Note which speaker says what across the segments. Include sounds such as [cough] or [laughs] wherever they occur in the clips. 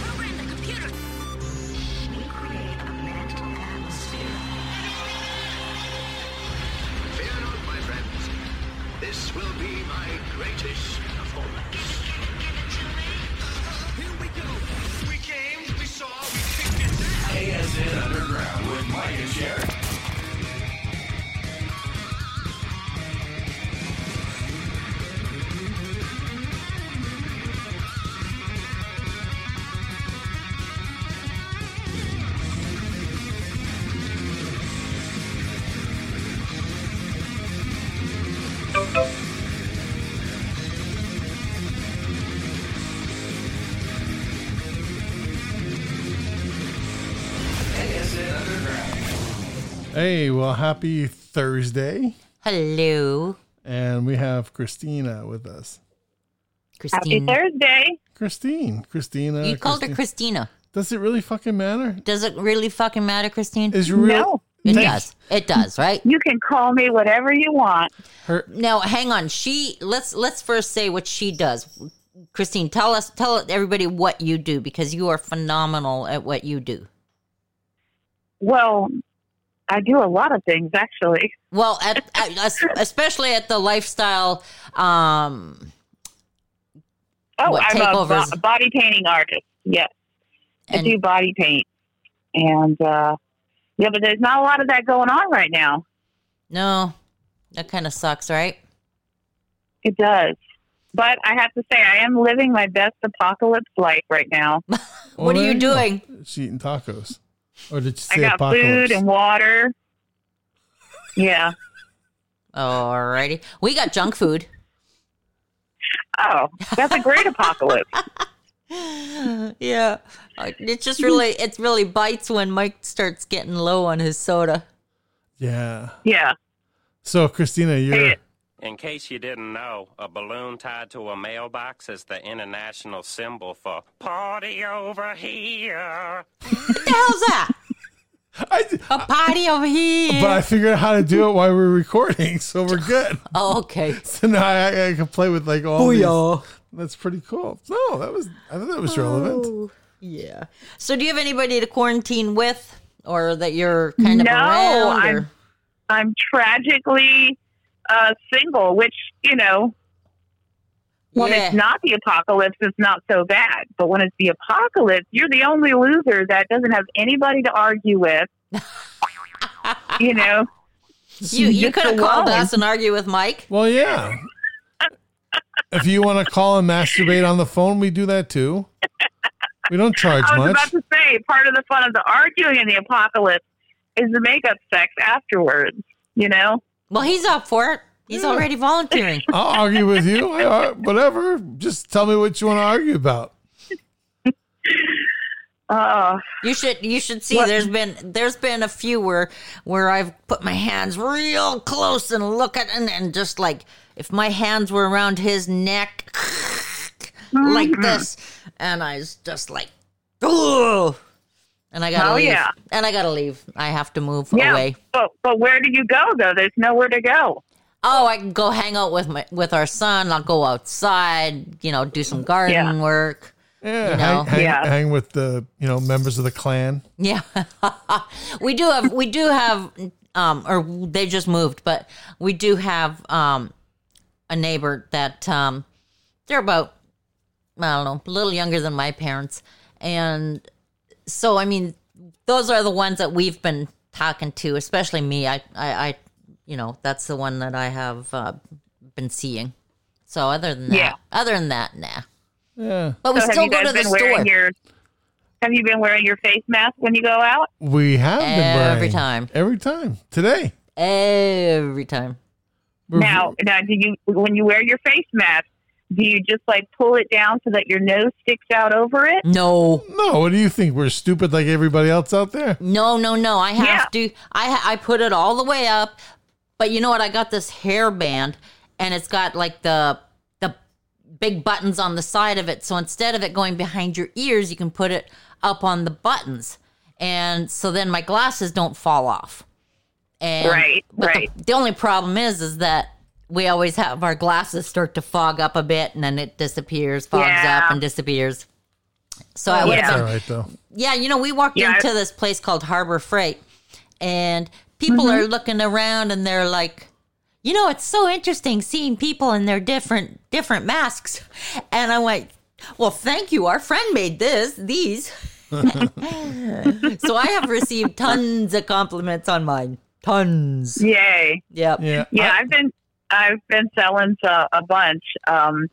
Speaker 1: Program the computer.
Speaker 2: We create a mental atmosphere.
Speaker 3: Fear not, my friends. This will be my greatest performance. Here we go. We came, we saw, we kicked it down.
Speaker 4: ASN Underground with Mike and Sharon. ASN Underground.
Speaker 5: Hey, well, happy Thursday.
Speaker 6: Hello,
Speaker 5: And we have Christina with us.
Speaker 7: Happy
Speaker 6: Christina.
Speaker 7: Thursday.
Speaker 5: Christine. Christina.
Speaker 6: You called her
Speaker 5: Christine.
Speaker 6: Christina.
Speaker 5: Does it really fucking matter?
Speaker 6: Does it really fucking matter, Christine?
Speaker 5: Is real?
Speaker 7: No.
Speaker 6: it
Speaker 5: Thank-
Speaker 6: does. It does, right?
Speaker 7: You can call me whatever you want.
Speaker 5: Her,
Speaker 6: Now, hang on. She let's let's first say what she does. Christine, tell us, tell everybody what you do because you are phenomenal at what you do.
Speaker 7: Well, I do a lot of things actually.
Speaker 6: Well, at, at, es- especially at the lifestyle. Um,
Speaker 7: Oh,
Speaker 6: What,
Speaker 7: I'm a bo-
Speaker 6: takeovers?
Speaker 7: body painting artist. Yes, I
Speaker 6: and
Speaker 7: do body paint, and uh, yeah, but there's not a lot of that going on right now.
Speaker 6: no, that kind of sucks, right?
Speaker 7: It does, but I have to say, I am living my best apocalypse life right now.
Speaker 6: [laughs] what are you doing?
Speaker 5: Oh, She's eating tacos. Or did you
Speaker 7: I
Speaker 5: say
Speaker 7: got
Speaker 5: apocalypse?
Speaker 7: food and water. Yeah.
Speaker 6: Alrighty, we got junk food.
Speaker 7: Oh, that's a great apocalypse.
Speaker 6: [laughs] yeah, Uh, it just really it really bites when Mike starts getting low on his soda.
Speaker 5: yeah.
Speaker 7: Yeah.
Speaker 5: So, Christina, you're.
Speaker 7: Hey.
Speaker 8: In case you didn't know, a balloon tied to a mailbox is the international symbol for party over here.
Speaker 6: What the hell's that?
Speaker 5: I, d-
Speaker 6: A party over here.
Speaker 5: but I figured out how to do it while we were recording, [laughs] so we're good.
Speaker 6: oh, okay.
Speaker 5: So now I, I can play with like all these. That's pretty cool. No, that was. I thought that was relevant.
Speaker 6: Oh, yeah. So, do you have anybody to quarantine with, or that you're kind of
Speaker 7: No,
Speaker 6: around?
Speaker 7: I'm-
Speaker 6: or-
Speaker 7: I'm tragically uh, single, which you know, when
Speaker 6: Yeah.
Speaker 7: it's not the apocalypse, it's not so bad. But when it's the apocalypse, you're the only loser that doesn't have anybody to
Speaker 6: [laughs]
Speaker 7: argue with. you know,
Speaker 6: you you
Speaker 7: just
Speaker 6: could have called
Speaker 7: alone.
Speaker 6: us and argued with Mike.
Speaker 5: Well, yeah. if you want to call and masturbate on the phone, we do that too. We don't charge
Speaker 7: I was
Speaker 5: much.
Speaker 7: about to say part of the fun of the arguing in the apocalypse is the makeup sex afterwards. You know,
Speaker 6: Well, he's up for it. He's already volunteering.
Speaker 5: I'll argue with you. I, I, whatever. Just tell me what you want to argue about.
Speaker 7: uh,
Speaker 6: You should you should see
Speaker 7: What?
Speaker 6: there's been there's been a few where where I've put my hands real close and look at and, and just like if my hands were around his neck
Speaker 7: Mm-hmm.
Speaker 6: like this and I was just like Ugh! and I gotta
Speaker 7: Oh,
Speaker 6: leave.
Speaker 7: yeah.
Speaker 6: And I gotta leave. I have to move
Speaker 7: yeah.
Speaker 6: away.
Speaker 7: But but where do you go though? There's nowhere to go.
Speaker 6: Oh, I can go hang out with my with our son, I'll go outside, you know, do some garden
Speaker 7: Yeah.
Speaker 6: work.
Speaker 5: Yeah,
Speaker 6: No.
Speaker 5: hang, hang,
Speaker 7: Yeah.
Speaker 5: hang with the you know members of the clan.
Speaker 6: Yeah, [laughs] we do have we do have um or they just moved, but we do have um a neighbor that um they're about I don't know a little younger than my parents, and so I mean those are the ones that we've been talking to, especially me. I I, I you know that's the one that I have uh, been seeing. So other than that,
Speaker 7: Yeah.
Speaker 6: other than that, nah.
Speaker 5: Yeah,
Speaker 6: But we
Speaker 7: so have
Speaker 6: still
Speaker 7: you
Speaker 6: go
Speaker 7: guys
Speaker 6: to the
Speaker 7: been wearing
Speaker 6: store.
Speaker 7: your Have you been wearing your face mask when you go out?
Speaker 5: we have been
Speaker 6: Every
Speaker 5: wearing-
Speaker 6: time.
Speaker 5: Every time today.
Speaker 6: Every time. Mm-hmm.
Speaker 5: We're-
Speaker 7: Now, now, do you when you wear your face mask, do you just like pull it down so that your nose sticks out over it?
Speaker 6: No.
Speaker 5: No, what do you think? We're stupid like everybody else out there.
Speaker 6: No, no, no. I have to. I ha- I put it all the way up, But you know what? I got this hairband, and it's got like the the big buttons on the side of it. So instead of it going behind your ears, you can put it up on the buttons, and so then my glasses don't fall off. And
Speaker 7: Right,
Speaker 6: but [laughs] the- The,
Speaker 7: right.
Speaker 6: only problem is, is that we always have our glasses start to fog up a bit, and then it disappears, fogs
Speaker 7: Yeah.
Speaker 6: up, and disappears. So I would
Speaker 7: Yeah.
Speaker 5: That's all right though.
Speaker 6: yeah, you know, we walked
Speaker 7: Yeah, I-
Speaker 6: into this place called Harbor Freight, and people
Speaker 7: Mm-hmm.
Speaker 6: are looking around and they're like, you know, it's so interesting seeing people in their different different masks. [laughs] And I went, well, thank you. Our friend made this these. [laughs] so I have received tons of compliments on mine. Tons.
Speaker 7: Yay.
Speaker 6: Yep.
Speaker 5: Yeah.
Speaker 7: Yeah,
Speaker 6: Uh,
Speaker 7: I've been I've been selling to a bunch, um,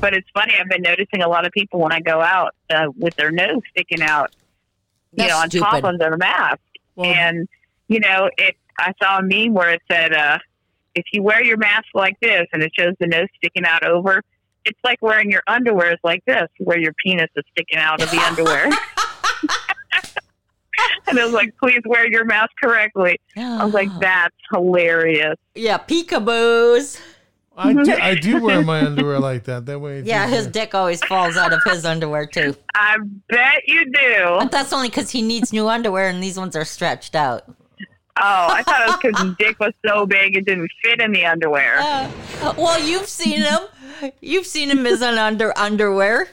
Speaker 7: but it's funny. I've been noticing a lot of people when I go out uh, with their nose sticking out, you
Speaker 6: That's
Speaker 7: know, on top
Speaker 6: stupid.
Speaker 7: of their mask.
Speaker 5: Well-
Speaker 7: and you know, it. I saw a meme where it said, uh, "If you wear your mask like this, and it shows the nose sticking out over." It's like wearing your underwear is like this, where your penis is sticking out of the
Speaker 6: [laughs]
Speaker 7: underwear. and I was like, please wear your mask correctly. I was
Speaker 6: Uh-huh.
Speaker 7: like, that's hilarious.
Speaker 6: yeah, peekaboos.
Speaker 5: I do, I do wear my underwear like that. That way. it's
Speaker 6: Yeah,
Speaker 5: easier.
Speaker 6: his dick always falls out of his underwear too.
Speaker 7: I bet you do.
Speaker 6: But that's only because he needs new underwear, and these ones are stretched out.
Speaker 7: Oh, I thought it was because his dick was so big it didn't fit in the underwear.
Speaker 6: Uh, well, you've seen him. You've seen him as an under underwear.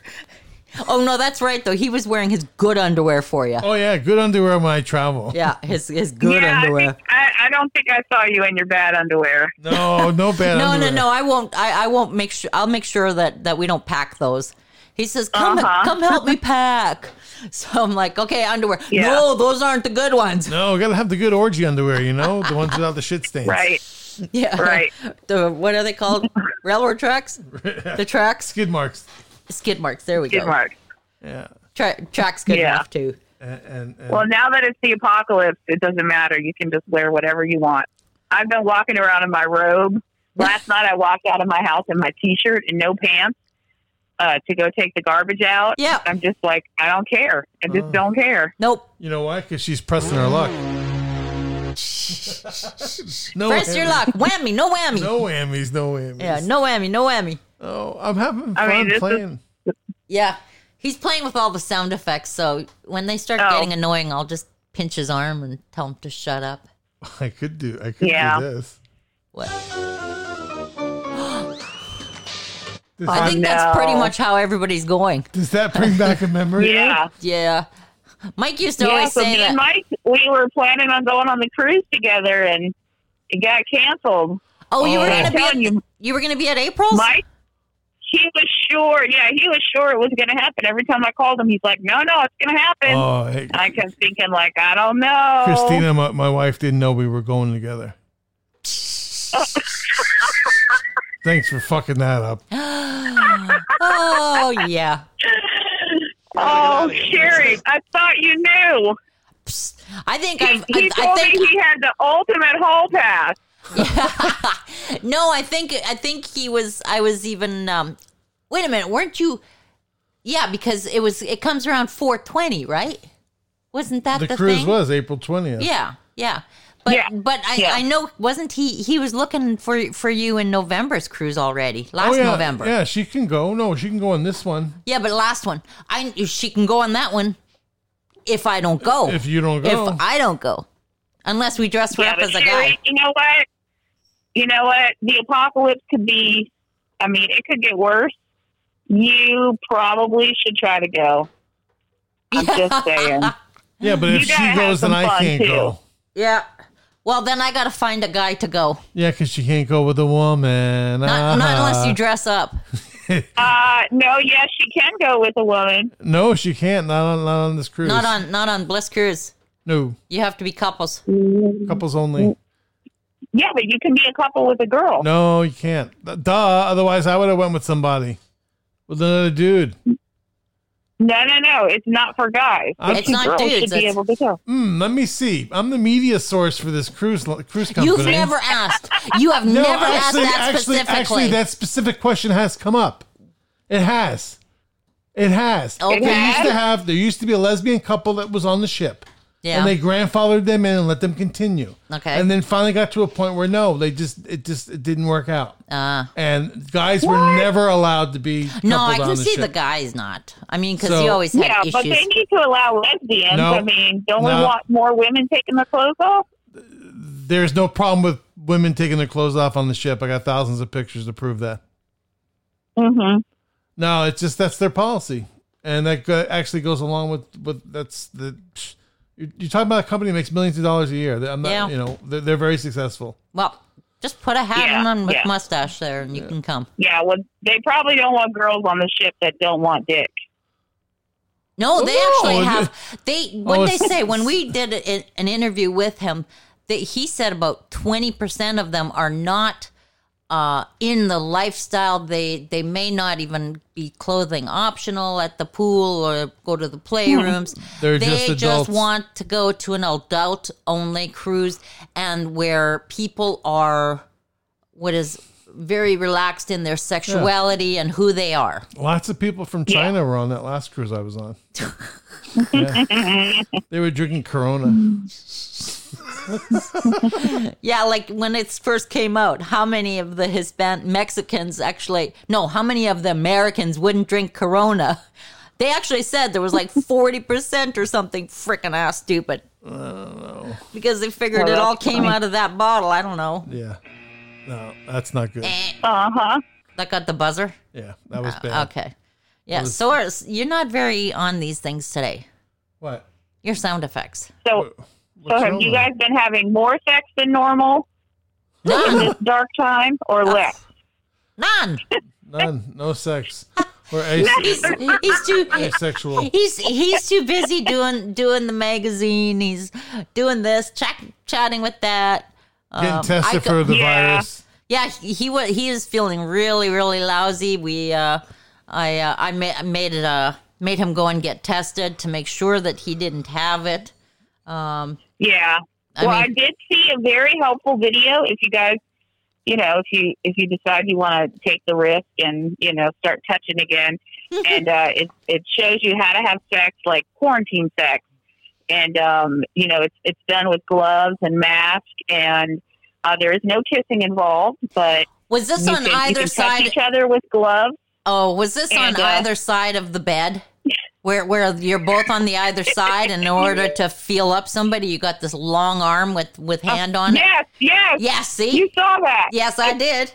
Speaker 6: Oh no, that's right though. He was wearing his good underwear for you.
Speaker 5: Oh yeah, good underwear when I travel.
Speaker 6: Yeah, his his good
Speaker 7: yeah, I,
Speaker 6: underwear.
Speaker 7: think, I, I don't think I saw you in your bad underwear.
Speaker 5: No, no bad.
Speaker 6: [laughs] No, no,
Speaker 5: underwear.
Speaker 6: no. I won't. I, I won't make sure. I'll make sure that that we don't pack those. He says, "Come,
Speaker 7: Uh-huh.
Speaker 6: come help me pack." [laughs] So I'm like, "Okay, underwear.
Speaker 7: Yeah.
Speaker 6: No, those aren't the good ones." [laughs]
Speaker 5: No, we gotta have the good orgy underwear, you know, the ones without the shit stains.
Speaker 7: Right.
Speaker 6: Yeah,
Speaker 7: Right.
Speaker 6: The what are they
Speaker 7: [laughs]
Speaker 6: called? Railroad tracks. The tracks.
Speaker 5: [laughs] Skid marks.
Speaker 6: Skid marks. There we
Speaker 7: Good
Speaker 6: go.
Speaker 7: mark.
Speaker 5: Yeah.
Speaker 6: Tra- tracks good
Speaker 7: Yeah.
Speaker 6: enough too.
Speaker 5: And, and, and
Speaker 7: Well, now that it's the apocalypse, it doesn't matter. You can just wear whatever you want. I've been walking around in my robe. Last night I walked out of my house in my t-shirt and no pants uh, to go take the garbage out.
Speaker 6: Yeah.
Speaker 7: I'm just like, I don't care. I just don't care.
Speaker 6: Nope.
Speaker 5: you know why? Because she's pressing her
Speaker 6: [laughs]
Speaker 5: luck.
Speaker 7: Oh,
Speaker 5: no
Speaker 6: Press your
Speaker 5: whammies.
Speaker 6: luck. Whammy. No whammy.
Speaker 5: No whammies. No whammies.
Speaker 6: Yeah, no whammy, no whammy.
Speaker 5: Oh, I'm having fun
Speaker 7: I mean, this is-
Speaker 5: playing. [laughs]
Speaker 6: Yeah. He's playing with all the sound effects, so when they start
Speaker 7: Oh.
Speaker 6: getting annoying, I'll just pinch his arm and tell him to shut up.
Speaker 5: I could do. I could
Speaker 7: Yeah.
Speaker 5: do this.
Speaker 6: What?
Speaker 5: Does,
Speaker 6: I
Speaker 5: that,
Speaker 6: think that's pretty
Speaker 7: Oh, no.
Speaker 6: much how everybody's going.
Speaker 5: does that bring back a memory?
Speaker 7: [laughs] Yeah.
Speaker 6: Yeah. Mike used to
Speaker 7: yeah,
Speaker 6: always
Speaker 7: so
Speaker 6: say
Speaker 7: me
Speaker 6: that.
Speaker 7: and Mike, we were planning on going on the cruise together, and it got canceled.
Speaker 6: oh, you were
Speaker 7: Oh.
Speaker 6: gonna be at,
Speaker 7: Telling
Speaker 6: you.
Speaker 7: you.
Speaker 6: were gonna be at April's?
Speaker 7: Mike, he was sure. Yeah, he was sure it was going to happen. Every time I called him, he's like, "No, no, it's going to happen."
Speaker 5: Oh, hey,
Speaker 7: I kept thinking, like, I don't know.
Speaker 5: Christina, my, my wife didn't know we were going together.
Speaker 7: [laughs]
Speaker 5: Thanks for fucking that up.
Speaker 6: Oh yeah.
Speaker 7: Oh, Sherry, I thought you knew.
Speaker 6: Psst. I think
Speaker 7: He,
Speaker 6: I've I,
Speaker 7: he
Speaker 6: I
Speaker 7: told
Speaker 6: think
Speaker 7: me he had the ultimate hall pass.
Speaker 6: [laughs] No, I think I think he was. I was even. Um, wait a minute, weren't you? Yeah, because it was. It comes around four twenty, right? Wasn't that
Speaker 5: The,
Speaker 6: the,
Speaker 5: cruise
Speaker 6: thing?
Speaker 5: was April 20th.
Speaker 6: Yeah, yeah. But
Speaker 7: Yeah,
Speaker 6: but I,
Speaker 7: yeah.
Speaker 6: I know wasn't he? He was looking for for you in November's cruise already. Last
Speaker 5: Oh, yeah.
Speaker 6: November.
Speaker 5: Yeah, she can go. No, she can go on this one.
Speaker 6: Yeah, but last one. I she can go on that one. If I don't go.
Speaker 5: If you don't go.
Speaker 6: Oh. If I don't go. Unless we dress her
Speaker 7: Yeah,
Speaker 6: up
Speaker 7: but
Speaker 6: as a
Speaker 7: Sherry,
Speaker 6: guy.
Speaker 7: You know what? You know what? The apocalypse could be. I mean, it could get worse. You probably should try to go. I'm
Speaker 6: [laughs]
Speaker 7: just saying.
Speaker 5: yeah, but if
Speaker 7: You gotta
Speaker 5: she
Speaker 7: have
Speaker 5: goes, then
Speaker 7: some
Speaker 5: I
Speaker 7: fun,
Speaker 5: can't
Speaker 7: too.
Speaker 5: go.
Speaker 6: Yeah. Well, then I got to find a guy to go.
Speaker 5: Yeah, because she can't go with a woman.
Speaker 6: Not, not unless
Speaker 5: Uh-huh.
Speaker 6: you dress
Speaker 5: [laughs]
Speaker 6: up.
Speaker 7: Uh, no, yes, she can go with a woman.
Speaker 5: No, she can't. Not on, not on this cruise.
Speaker 6: Not on not on Bliss Cruise.
Speaker 5: No,
Speaker 6: You have to be couples.
Speaker 5: couples only.
Speaker 7: Yeah, but you can be a couple with a girl.
Speaker 5: No, you can't. Duh. Otherwise, I would have went with somebody, with another dude.
Speaker 7: No, no, no. It's not for guys.
Speaker 5: I'm-
Speaker 7: But
Speaker 6: It's
Speaker 7: you
Speaker 6: not
Speaker 7: girls
Speaker 6: dudes,
Speaker 7: should be
Speaker 6: it's-
Speaker 7: able to go.
Speaker 5: Hmm, let me see. I'm the media source for this cruise li- cruise company.
Speaker 6: You've never asked. You have
Speaker 5: [laughs] No,
Speaker 6: never
Speaker 5: actually,
Speaker 6: asked that
Speaker 5: actually,
Speaker 6: specifically.
Speaker 5: actually, that specific question has come up. It has. It has.
Speaker 6: Okay.
Speaker 5: They used to have. There used to be a lesbian couple that was on the ship.
Speaker 6: Yeah.
Speaker 5: And they grandfathered them in and let them continue.
Speaker 6: Okay.
Speaker 5: And then finally got to a point where no, they just it just it didn't work out.
Speaker 6: Ah.
Speaker 5: and guys were never allowed to be.
Speaker 6: no, I
Speaker 5: coupled on
Speaker 6: can see the
Speaker 5: ship.
Speaker 6: guy's not. I mean, because he
Speaker 5: So-
Speaker 6: always had
Speaker 7: Yeah,
Speaker 6: issues.
Speaker 7: but they need to allow lesbians.
Speaker 5: No.
Speaker 7: I mean, don't we
Speaker 5: No.
Speaker 7: want more women taking their clothes off?
Speaker 5: There's no problem with women taking their clothes off on the ship. I got thousands of pictures to prove that.
Speaker 7: Mm-hmm.
Speaker 5: No, it's just that's their policy, and that go, actually goes along with with that's the. You're, you're talking about a company that makes millions of dollars a year. I'm not,
Speaker 6: Yeah.
Speaker 5: you know, they're, they're very successful.
Speaker 6: well, just put a hat
Speaker 7: Yeah,
Speaker 6: on with
Speaker 7: yeah.
Speaker 6: mustache there, and you can come.
Speaker 7: Yeah, well, they probably don't want girls on the ship that don't want dick.
Speaker 6: No, they
Speaker 5: Oh, No, Oh,
Speaker 6: actually
Speaker 5: it-
Speaker 6: have. They what would they
Speaker 5: it's-
Speaker 6: say
Speaker 5: [laughs]
Speaker 6: when we did a, an interview with him. That he said about twenty percent of them are not uh, in the lifestyle. They they may not even be clothing optional at the pool or go to the playrooms.
Speaker 5: Hmm. They're
Speaker 6: they
Speaker 5: just
Speaker 6: just,
Speaker 5: adults.
Speaker 6: want to go to an adult only cruise and where people are what is very relaxed in their sexuality and who they are.
Speaker 5: Lots of people from China were on that last cruise I was
Speaker 6: [laughs]
Speaker 5: on. Yeah. They were drinking Corona.
Speaker 6: Hmm. Yeah, like when it first came out, how many of the Hispan Mexicans actually no, how many of the Americans wouldn't drink Corona? [laughs] They actually said there was
Speaker 7: [laughs]
Speaker 6: like forty percent or something freaking ass stupid. Because they figured
Speaker 7: Well,
Speaker 6: it all
Speaker 7: that's
Speaker 6: came
Speaker 7: funny.
Speaker 6: out of that bottle. I don't know.
Speaker 5: Yeah. No, that's not good.
Speaker 6: Eh.
Speaker 7: Uh huh.
Speaker 6: That got the buzzer.
Speaker 5: Yeah, that was bad.
Speaker 6: Uh, Okay. Yeah. So are- you're not very on these things today.
Speaker 5: What?
Speaker 6: Your sound effects.
Speaker 7: So,
Speaker 5: What's
Speaker 7: so
Speaker 5: wrong
Speaker 7: have Oh. you
Speaker 5: with
Speaker 7: guys been having more sex than normal in this dark time, or less? [laughs]
Speaker 6: None.
Speaker 5: it? None. No
Speaker 6: [laughs]
Speaker 5: sex. We're ase-
Speaker 6: He's, he's too
Speaker 5: asexual.
Speaker 6: He's he's too busy doing doing the magazine. He's doing this, chat, chatting with that.
Speaker 5: Getting
Speaker 6: Um, I
Speaker 5: tested
Speaker 6: go-
Speaker 5: for the
Speaker 7: Yeah.
Speaker 5: virus.
Speaker 6: Yeah, he, he wa- he is feeling really really lousy. We uh, I uh, I ma- I made it uh made him go and get tested to make sure that he didn't have it. Um,
Speaker 7: Yeah.
Speaker 6: I
Speaker 7: well,
Speaker 6: mean-
Speaker 7: I did see a very helpful video. If you guys, you know, if you if you decide you want to take the risk and you know start
Speaker 6: [laughs]
Speaker 7: touching again, and uh, it it shows you how to have sex like quarantine sex, and um, you know it's it's done with gloves and mask, and uh, there is no kissing involved, but
Speaker 6: was this
Speaker 7: you
Speaker 6: on
Speaker 7: can, you
Speaker 6: either
Speaker 7: can
Speaker 6: side?
Speaker 7: touch each other with gloves.
Speaker 6: Oh, was this on
Speaker 7: And, uh,
Speaker 6: either side of the bed? Where, where you're both on the either side, and in order to feel up somebody, you got this long arm with with hand on it.
Speaker 7: Yes, yes,
Speaker 6: Yeah, see,
Speaker 7: Oh, you saw that.
Speaker 6: Yes, I did.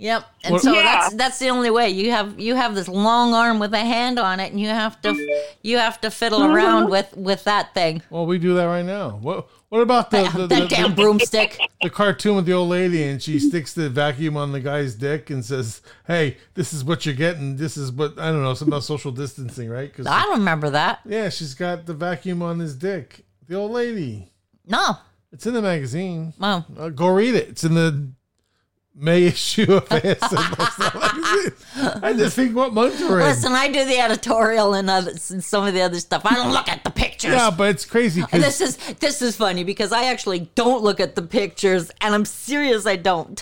Speaker 6: Yep. And
Speaker 5: What-
Speaker 6: so
Speaker 7: Yeah.
Speaker 6: that's that's the only way. You have you have this long arm with a hand on it and you have to you have to fiddle
Speaker 5: Uh-huh.
Speaker 6: around with with that thing.
Speaker 5: Well, we do that right now. What What about the the, the,
Speaker 6: That damn
Speaker 5: the-
Speaker 6: broomstick.
Speaker 5: the cartoon with the old lady and she sticks the vacuum on the guy's dick and says, "Hey, this is what you're getting. This is what I don't know. Some about social distancing, right? Because
Speaker 6: I don't remember that.
Speaker 5: yeah, she's got the vacuum on his dick. The old lady.
Speaker 6: No.
Speaker 5: It's in the magazine.
Speaker 6: Well,
Speaker 5: Uh, go read it. It's in the May [laughs] issue of ASM magazine. I just think what month we're in.
Speaker 6: listen, I do the editorial and other and some of the other stuff. I don't look at the pictures.
Speaker 5: yeah, but it's crazy
Speaker 6: And
Speaker 5: because
Speaker 6: this is this is funny because I actually don't look at the pictures and I'm serious I don't.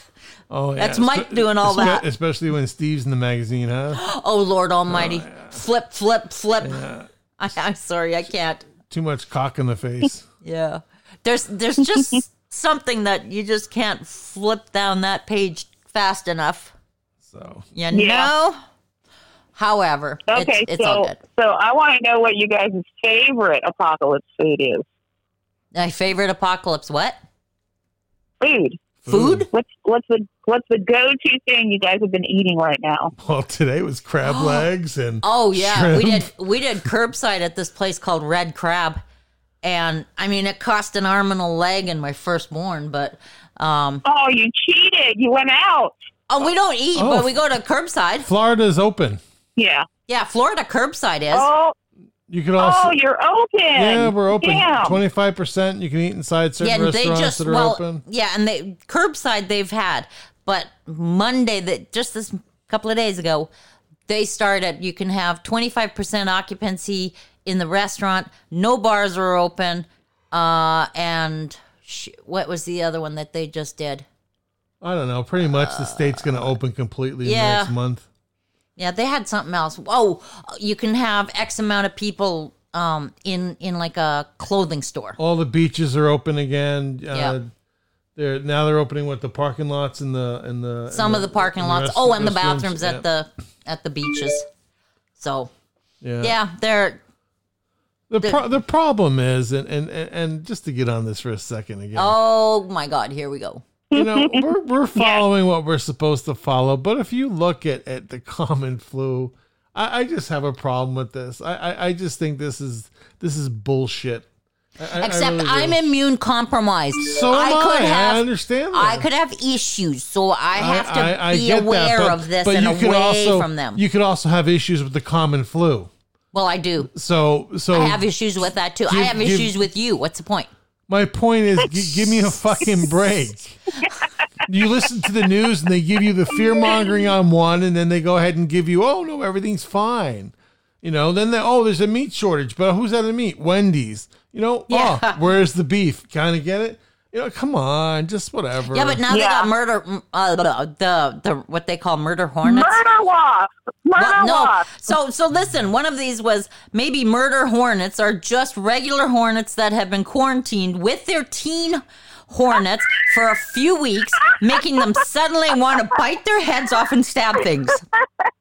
Speaker 5: oh, yeah,
Speaker 6: that's Mike
Speaker 5: espe-
Speaker 6: doing all
Speaker 5: espe-
Speaker 6: that.
Speaker 5: especially when Steve's in the magazine, huh?
Speaker 6: Oh Lord Almighty. Flip, flip, flip. [laughs] I, I'm sorry, I can't.
Speaker 5: Too much cock in the
Speaker 6: [laughs]
Speaker 5: face.
Speaker 6: Yeah. There's there's
Speaker 7: [laughs]
Speaker 6: just something that you just can't flip down that page fast enough.
Speaker 5: So
Speaker 6: You
Speaker 7: Yeah.
Speaker 6: know? However,
Speaker 7: Okay,
Speaker 6: it's, it's
Speaker 7: so
Speaker 6: all good.
Speaker 7: so I want to know what you guys' favorite apocalypse food is.
Speaker 6: My favorite apocalypse what?
Speaker 7: Food.
Speaker 6: Food?
Speaker 7: What's what's the what's the go to thing you guys have been eating right now?
Speaker 5: Well, today was
Speaker 6: [gasps]
Speaker 5: crab legs and
Speaker 6: Oh yeah, we
Speaker 5: shrimp.
Speaker 6: did we did curbside at this place called Red Crab, and I mean it cost an arm and a leg and my firstborn, but um
Speaker 7: Oh, you cheated! You went out.
Speaker 6: oh we don't eat,
Speaker 5: Oh.
Speaker 6: but we go to curbside.
Speaker 5: Florida's open.
Speaker 7: Yeah.
Speaker 6: Yeah, Florida curbside is.
Speaker 7: Oh,
Speaker 5: You can
Speaker 7: oh,
Speaker 5: also
Speaker 7: you're open.
Speaker 5: yeah, we're open.
Speaker 7: Damn.
Speaker 5: Twenty five percent. You can eat inside certain
Speaker 6: yeah, they
Speaker 5: restaurants
Speaker 6: just
Speaker 5: that are
Speaker 6: well,
Speaker 5: open.
Speaker 6: yeah, and they curbside they've had, but Monday that just this couple of days ago, they started. You can have twenty five percent occupancy in the restaurant. No bars are open, uh, and sh- what was the other one that they just did?
Speaker 5: I don't know. Pretty much, the state's going to open completely
Speaker 6: yeah.
Speaker 5: next month.
Speaker 6: Oh, Yeah, they had something else. Whoa, you can have X amount of people um in in like a clothing store.
Speaker 5: All the beaches are open again. Uh,
Speaker 6: Yeah.
Speaker 5: They're now they're opening what the parking lots and the and the
Speaker 6: Some
Speaker 5: and
Speaker 6: of the parking
Speaker 5: and
Speaker 6: lots.
Speaker 5: rest-
Speaker 6: oh, and the
Speaker 5: restrooms,
Speaker 6: bathrooms
Speaker 5: yeah.
Speaker 6: at the at the beaches. So
Speaker 5: yeah.
Speaker 6: yeah, they're
Speaker 5: The pro- the problem is, and, and and and just to get on this for a second again.
Speaker 6: oh my god, here we go.
Speaker 5: you
Speaker 6: [laughs]
Speaker 5: know, we're, we're following what we're supposed to follow. But if you look at, at the [laughs] common flu, I, I just have a problem with this. I, I, I just think this is this is bullshit. I- I- I
Speaker 6: Except
Speaker 5: really do.
Speaker 6: I'm immune compromised.
Speaker 5: So am I. I understand that.
Speaker 6: I could have issues, so I have to
Speaker 5: I- I
Speaker 6: be
Speaker 5: get that,
Speaker 6: aware
Speaker 5: but-
Speaker 6: of this
Speaker 5: but
Speaker 6: and
Speaker 5: you could
Speaker 6: away
Speaker 5: also-
Speaker 6: from them.
Speaker 5: You could also have issues with the common flu.
Speaker 6: well, I do.
Speaker 5: So so
Speaker 6: I have issues with that too. I
Speaker 5: give-
Speaker 6: have
Speaker 5: give-
Speaker 6: issues with you. What's the point?
Speaker 5: My point is, g-
Speaker 6: [laughs]
Speaker 5: give me a fucking break. you listen to the news and they give you the fear mongering on one, and then they go ahead and give you, oh no, everything's fine. You know, then they, oh, there's a meat shortage, but who's out of meat? Wendy's. You know,
Speaker 6: Yeah.
Speaker 5: oh, where's the beef? Kind of get it. You know, come on, just whatever.
Speaker 6: Yeah, but now they
Speaker 7: Yeah.
Speaker 6: got murder. mm, Uh, the, the the what they call murder hornets.
Speaker 7: Murder wasp. Murder
Speaker 6: Well, no.
Speaker 7: wasp.
Speaker 6: So so listen, one of these was maybe murder hornets are just regular hornets that have been quarantined with their teen hornets for a few weeks, making them suddenly want to bite their heads off and stab things.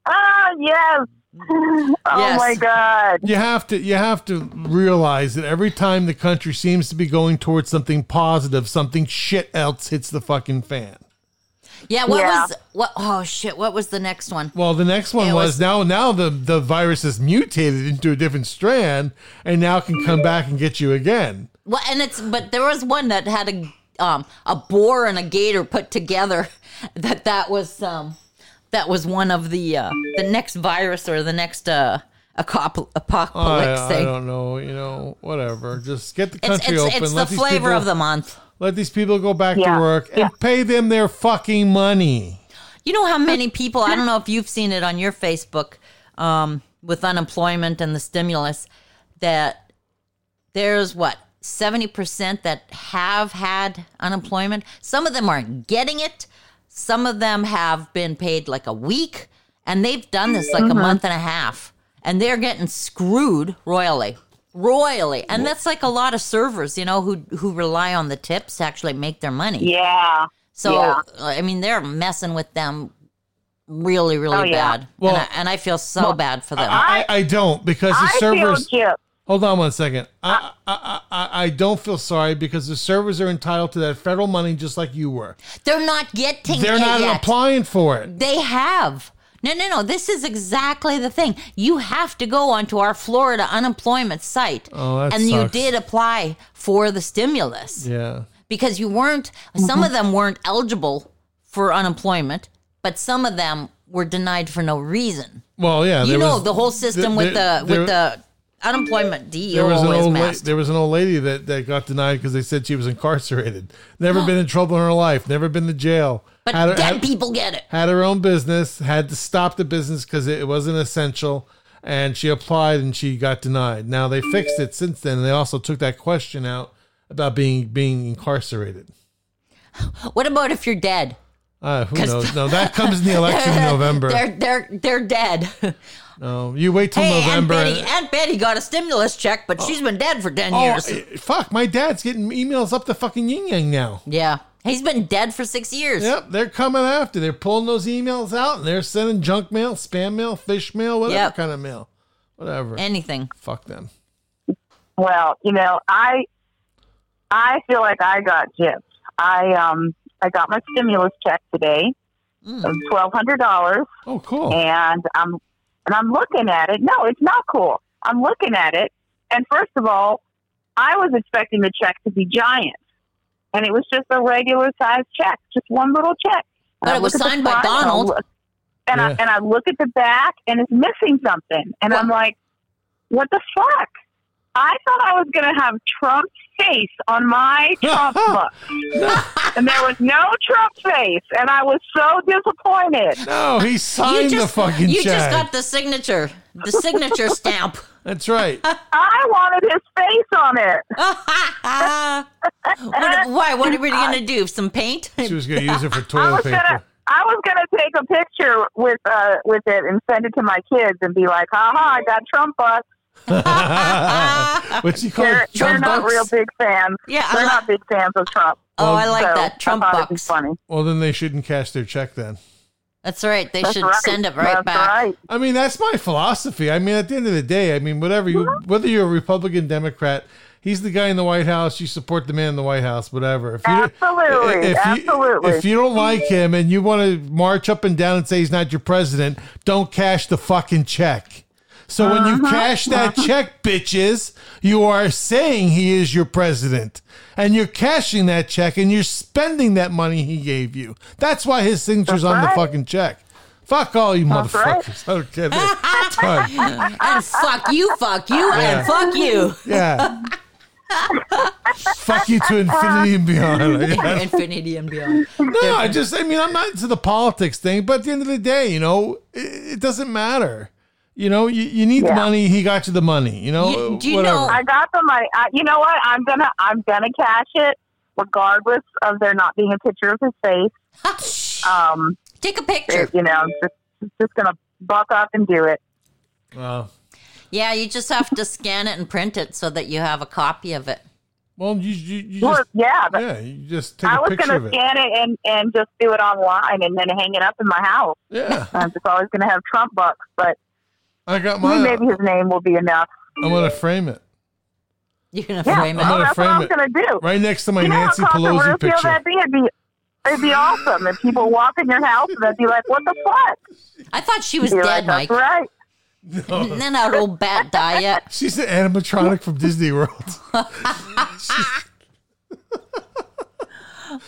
Speaker 7: Ah, yes. [sighs] Oh
Speaker 6: Yes.
Speaker 7: my god.
Speaker 5: you have to you have to realize that every time the country seems to be going towards something positive, something shit else hits the fucking fan.
Speaker 6: Yeah, what
Speaker 7: Yeah.
Speaker 6: was what oh shit, what was the next one?
Speaker 5: Well, the next one
Speaker 6: It
Speaker 5: was,
Speaker 6: was-
Speaker 5: now now the, the virus is mutated into a different strand and now can come back and get you again.
Speaker 6: Well, and it's but there was one that had a um a boar and a gator put together [laughs] that that was um that was one of the uh the next virus or the next uh acop- apocalypse
Speaker 5: Oh, I, I
Speaker 6: thing.
Speaker 5: don't know, you know, whatever. Just get the
Speaker 6: It's
Speaker 5: country
Speaker 6: it's,
Speaker 5: open.
Speaker 6: it's the
Speaker 5: let these
Speaker 6: flavor
Speaker 5: people,
Speaker 6: of the month.
Speaker 5: Let these people go back
Speaker 7: Yeah,
Speaker 5: to work and
Speaker 7: yeah.
Speaker 5: pay them their fucking money.
Speaker 6: You know how many people? I don't know if you've seen it on your Facebook um, with unemployment and the stimulus that there's what seventy percent that have had unemployment. Some of them aren't getting it. Some of them have been paid like a week, and they've done this like a
Speaker 5: Mm-hmm.
Speaker 6: month and a half, and they're getting screwed royally. Royally, and that's like a lot of servers, you know, who who rely on the tips to actually make their money.
Speaker 7: Yeah.
Speaker 6: So
Speaker 7: Yeah.
Speaker 6: I mean, they're messing with them really, really
Speaker 7: Oh, yeah.
Speaker 6: bad.
Speaker 5: Well-
Speaker 6: and, I, and I feel so bad for them.
Speaker 5: I, I don't because the
Speaker 7: I
Speaker 5: servers
Speaker 7: feel gypped.
Speaker 5: Hold on one second. I, I, I, I, I don't feel sorry because the servers are entitled to that federal money just like you were.
Speaker 6: they're not getting.
Speaker 5: They're
Speaker 6: it
Speaker 5: not
Speaker 6: yet.
Speaker 5: applying for it.
Speaker 6: They have. No, no, no. This is exactly the thing. You have to go onto our Florida unemployment site,
Speaker 5: Oh, that
Speaker 6: and you
Speaker 5: sucks.
Speaker 6: did apply for the stimulus
Speaker 5: Yeah.
Speaker 6: because you weren't. Some
Speaker 7: Mm-hmm.
Speaker 6: of them weren't eligible for unemployment, but some of them were denied for no reason.
Speaker 5: Well, yeah.
Speaker 6: You
Speaker 5: there
Speaker 6: know
Speaker 5: was-
Speaker 6: the whole system
Speaker 5: there-
Speaker 6: with the
Speaker 5: there-
Speaker 6: with the unemployment DEO
Speaker 5: there was an old
Speaker 6: is
Speaker 5: la-
Speaker 6: messed.
Speaker 5: there was an old lady that, that got denied because they said she was incarcerated. Never been in trouble in her life. Never been to jail.
Speaker 6: But
Speaker 5: had, her,
Speaker 6: dead
Speaker 5: had,
Speaker 6: people get it.
Speaker 5: had her own business. Had to stop the business because it, it wasn't essential. And she applied and she got denied. Now they fixed it since then. And they also took that question out about being being incarcerated.
Speaker 6: What about if you're dead?
Speaker 5: Uh, who knows?
Speaker 6: [laughs]
Speaker 5: No, that comes in the election in November.
Speaker 6: They're they're they're dead. hey, [laughs]
Speaker 5: No, you wait till
Speaker 6: Aunt
Speaker 5: November.
Speaker 6: Betty, Aunt Betty got a stimulus check, but she's been dead for ten
Speaker 5: oh,
Speaker 6: years.
Speaker 5: eh, fuck! My dad's getting emails up the fucking yin yang now.
Speaker 6: yeah, he's been dead for six years.
Speaker 5: Yep, they're coming after. They're pulling those emails out and they're sending junk mail, spam mail, fish mail, whatever
Speaker 6: Yep.
Speaker 5: kind of mail, whatever.
Speaker 6: Anything.
Speaker 5: Fuck them.
Speaker 7: Well, you know, I I feel like I got gypped. I um I got my stimulus check today
Speaker 5: Mm.
Speaker 7: of twelve hundred dollars
Speaker 5: Oh, cool.
Speaker 7: and I'm and I'm looking at it. No, it's not cool. I'm looking at it and first of all, I was expecting the check to be giant. And it was just a regular sized check, just one little check. And
Speaker 6: But
Speaker 7: I
Speaker 6: it was
Speaker 7: look at the
Speaker 6: signed by
Speaker 7: front, and I
Speaker 6: Donald.
Speaker 7: look- And, I,
Speaker 5: Yeah.
Speaker 7: and I look at the back and it's missing something. And I'm like, what the fuck? I thought I was going to have Trump's face
Speaker 5: [laughs]
Speaker 7: on my Trump book. and there was no Trump face. And I was so disappointed.
Speaker 5: No, he signed the fucking
Speaker 6: you
Speaker 5: check.
Speaker 6: just got the signature,
Speaker 5: [laughs]
Speaker 6: the signature stamp.
Speaker 5: That's right.
Speaker 7: I wanted his face
Speaker 6: [laughs]
Speaker 7: on it.
Speaker 6: What- why? What are we gonna do? Some paint?
Speaker 5: She was going to use it for
Speaker 6: Oh,
Speaker 7: I
Speaker 5: toilet
Speaker 7: was
Speaker 5: paper.
Speaker 7: gonna I was gonna take a picture with uh with it and send it to my kids and be like, "Ha ha, I got Trump bus."
Speaker 5: [laughs] What's he called?
Speaker 7: They're, they're
Speaker 6: Trump
Speaker 7: not
Speaker 6: bucks.
Speaker 7: real big fans.
Speaker 6: Yeah, I
Speaker 7: they're
Speaker 6: li-
Speaker 7: not big fans of Trump.
Speaker 6: Oh, I like
Speaker 7: so
Speaker 6: that. Trump
Speaker 7: I thought it'd be
Speaker 6: bucks.
Speaker 7: funny.
Speaker 5: Well, then they shouldn't cash their check then.
Speaker 6: That's right. They
Speaker 7: That's
Speaker 6: should
Speaker 7: right.
Speaker 6: send it right
Speaker 7: That's
Speaker 6: back.
Speaker 7: Right.
Speaker 5: I mean, that's my philosophy. I mean, at the end of the day, I mean, whatever you, whether you're a Republican, Democrat, he's the guy in the White House. You support the man in the White House, whatever. If you,
Speaker 7: Absolutely,
Speaker 5: if you-
Speaker 7: absolutely.
Speaker 5: If you don't like him and you want to march up and down and say he's not your president, don't cash the fucking check. So when
Speaker 7: Uh-huh.
Speaker 5: you cash that check, bitches, you are saying he is your president. And you're cashing that check and you're spending that money he gave you. That's why his signature's on the
Speaker 7: right.
Speaker 5: fucking check. Fuck all you
Speaker 7: That's right.
Speaker 5: motherfuckers. Okay, there. Done.
Speaker 6: [laughs] And fuck you, fuck you, and fuck you.
Speaker 5: Yeah. Fuck you to infinity and beyond. Like,
Speaker 7: [laughs]
Speaker 5: yeah.
Speaker 6: Infinity and beyond. [laughs]
Speaker 5: No, I just, I mean, I'm not into the politics thing, but at the end of the day, you know, it, it doesn't matter. You know, you, you need the
Speaker 7: Yeah.
Speaker 5: money. He got you the money. You know, uh,
Speaker 6: You- do you
Speaker 5: whatever.
Speaker 6: know-
Speaker 7: I got the money. I, you know what? I'm gonna I'm gonna cash it, regardless of there not being a picture of his face. Um,
Speaker 6: Take a
Speaker 7: it-
Speaker 6: picture.
Speaker 7: you know, I'm just just gonna buck up and do it.
Speaker 5: Well,
Speaker 6: Yeah, you just have to scan it and print it so that you have a copy of it.
Speaker 5: well, you, you, you
Speaker 7: Well,
Speaker 5: just,
Speaker 7: yeah, but
Speaker 5: yeah, you just take
Speaker 7: I
Speaker 5: a
Speaker 7: was
Speaker 5: picture of
Speaker 7: gonna
Speaker 5: it.
Speaker 7: scan it and and just do it online and then hang it up in my house.
Speaker 5: Yeah,
Speaker 7: I'm just always gonna have Trump bucks, but
Speaker 5: I got
Speaker 7: I mean,
Speaker 5: mine.
Speaker 7: maybe his name will be enough.
Speaker 5: I'm gonna frame it
Speaker 6: You're gonna
Speaker 7: Yeah,
Speaker 6: frame it.
Speaker 5: I'm
Speaker 7: well,
Speaker 5: gonna
Speaker 7: that's what
Speaker 5: frame
Speaker 7: I was
Speaker 5: it.
Speaker 7: gonna do.
Speaker 5: right next to my
Speaker 7: you know
Speaker 5: Nancy
Speaker 7: how
Speaker 5: Pelosi
Speaker 7: controversial
Speaker 5: picture.
Speaker 7: that'd
Speaker 5: [laughs]
Speaker 7: be? It'd be it'd be awesome if people walk in your house and they'd be like, "What the fuck?"
Speaker 6: I thought she was
Speaker 7: You're
Speaker 6: dead, Mike.
Speaker 7: like, That's right.
Speaker 6: And then our old bat die
Speaker 7: [laughs]
Speaker 6: yet.
Speaker 5: She's an animatronic from Disney World.
Speaker 6: Oh,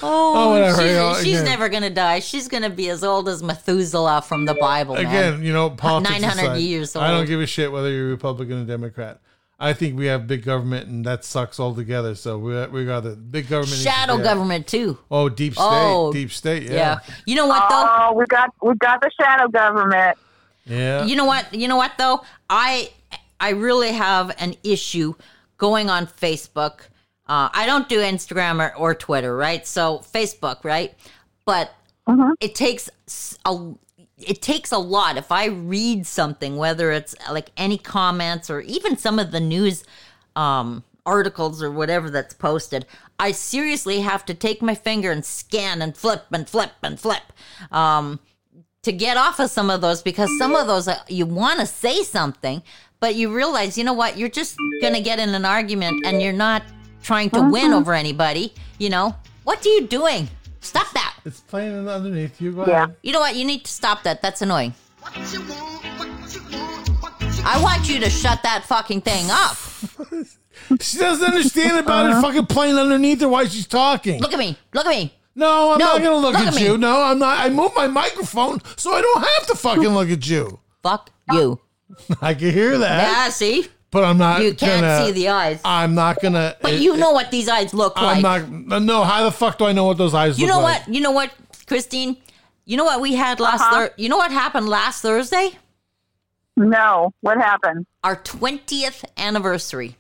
Speaker 5: Oh, whatever,
Speaker 6: she's,
Speaker 5: yeah,
Speaker 6: she's
Speaker 5: again.
Speaker 6: never gonna die. She's gonna be as old as Methuselah from the Bible. man.
Speaker 5: Again, you know, politics
Speaker 6: 900
Speaker 5: aside,
Speaker 6: years
Speaker 5: I don't
Speaker 6: old.
Speaker 5: give a shit whether you're Republican or Democrat. I think we have big government, and that sucks altogether. So we we got the big government, needs to
Speaker 6: shadow
Speaker 5: be out.
Speaker 6: government too.
Speaker 5: Oh, deep state,
Speaker 6: Oh,
Speaker 5: deep state. Yeah,
Speaker 6: Yeah. You know what though?
Speaker 7: Oh, we got we got the shadow government.
Speaker 5: yeah.
Speaker 6: You know what? You know what though? I I really have an issue going on Facebook. Uh, I don't do Instagram or, or Twitter, right? So Facebook, right? But it takes s- a it takes a lot. If I read something, whether it's like any comments or even some of the news um, articles or whatever that's posted, I seriously have to take my finger and scan and flip and flip and flip. Um, to get off of some of those because some of those uh, you want to say something, but you realize, you know what, you're just going to get in an argument and you're not trying to win over anybody. You know, what are you doing? Stop that.
Speaker 5: it's playing underneath you. Go
Speaker 7: Yeah.
Speaker 5: ahead.
Speaker 6: You know what? You need to stop that. That's annoying.
Speaker 2: What you want, what you want, what you
Speaker 6: I want you to shut that fucking thing up.
Speaker 5: She doesn't understand about it. Fucking playing underneath her while she's talking.
Speaker 6: Look at me. Look at me.
Speaker 5: no, I'm
Speaker 6: No,
Speaker 5: not gonna look,
Speaker 6: look
Speaker 5: at,
Speaker 6: at me.
Speaker 5: you. No, I'm not. I moved my microphone so I don't have to fucking look at you. [laughs]
Speaker 6: Fuck you.
Speaker 5: I can hear that,
Speaker 6: Yeah, see?
Speaker 5: but I'm not.
Speaker 6: You can't
Speaker 5: gonna-
Speaker 6: see the eyes.
Speaker 5: I'm not gonna.
Speaker 6: But
Speaker 5: it-
Speaker 6: you know what these eyes look like.
Speaker 5: I'm not. No, how the fuck do I know what those eyes
Speaker 6: You
Speaker 5: look
Speaker 6: know
Speaker 5: like?
Speaker 6: what? You know what, Christine? You know what we had last Thur- You know what happened last Thursday?
Speaker 7: No, what happened?
Speaker 6: our 20th anniversary.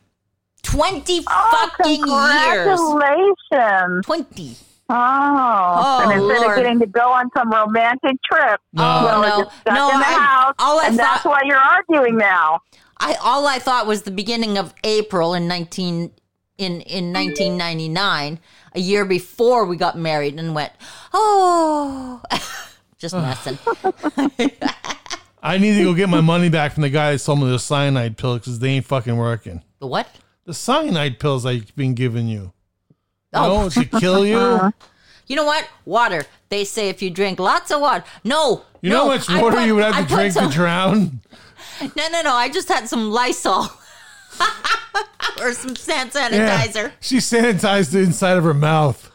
Speaker 6: 20
Speaker 7: Oh,
Speaker 6: fucking years.
Speaker 7: congratulations!
Speaker 6: 20.
Speaker 7: Oh, and instead
Speaker 6: Oh, Lord.
Speaker 7: of getting to go on some romantic trip,
Speaker 5: No.
Speaker 7: you all are
Speaker 6: Oh, no.
Speaker 7: just stuck
Speaker 6: No,
Speaker 7: in the
Speaker 6: I-
Speaker 7: house,
Speaker 6: all I
Speaker 7: and that's
Speaker 6: thought-
Speaker 7: why you're arguing now.
Speaker 6: I all I thought was the beginning of April in 19 in in 1999, a year before we got married and went, "Oh, [laughs] just messing."
Speaker 5: I need to go get my money back from the guy that sold me the cyanide pill because they ain't fucking working.
Speaker 6: The
Speaker 5: [laughs]
Speaker 6: what?
Speaker 5: The cyanide pills I've been giving you.
Speaker 6: Oh. Uh-huh.
Speaker 5: Oh, to kill
Speaker 6: [laughs]
Speaker 5: you.
Speaker 6: You know what? Water. They say if you drink lots of water. No.
Speaker 5: You
Speaker 6: no,
Speaker 5: know how much
Speaker 6: I
Speaker 5: water
Speaker 6: put-
Speaker 5: you would have
Speaker 6: I
Speaker 5: to
Speaker 6: put
Speaker 5: drink
Speaker 6: some-
Speaker 5: to
Speaker 6: [laughs]
Speaker 5: drown?
Speaker 6: No, no, no. I just had some Lysol [laughs] or some hand
Speaker 5: Yeah.
Speaker 6: sanitizer.
Speaker 5: She sanitized the inside of her mouth.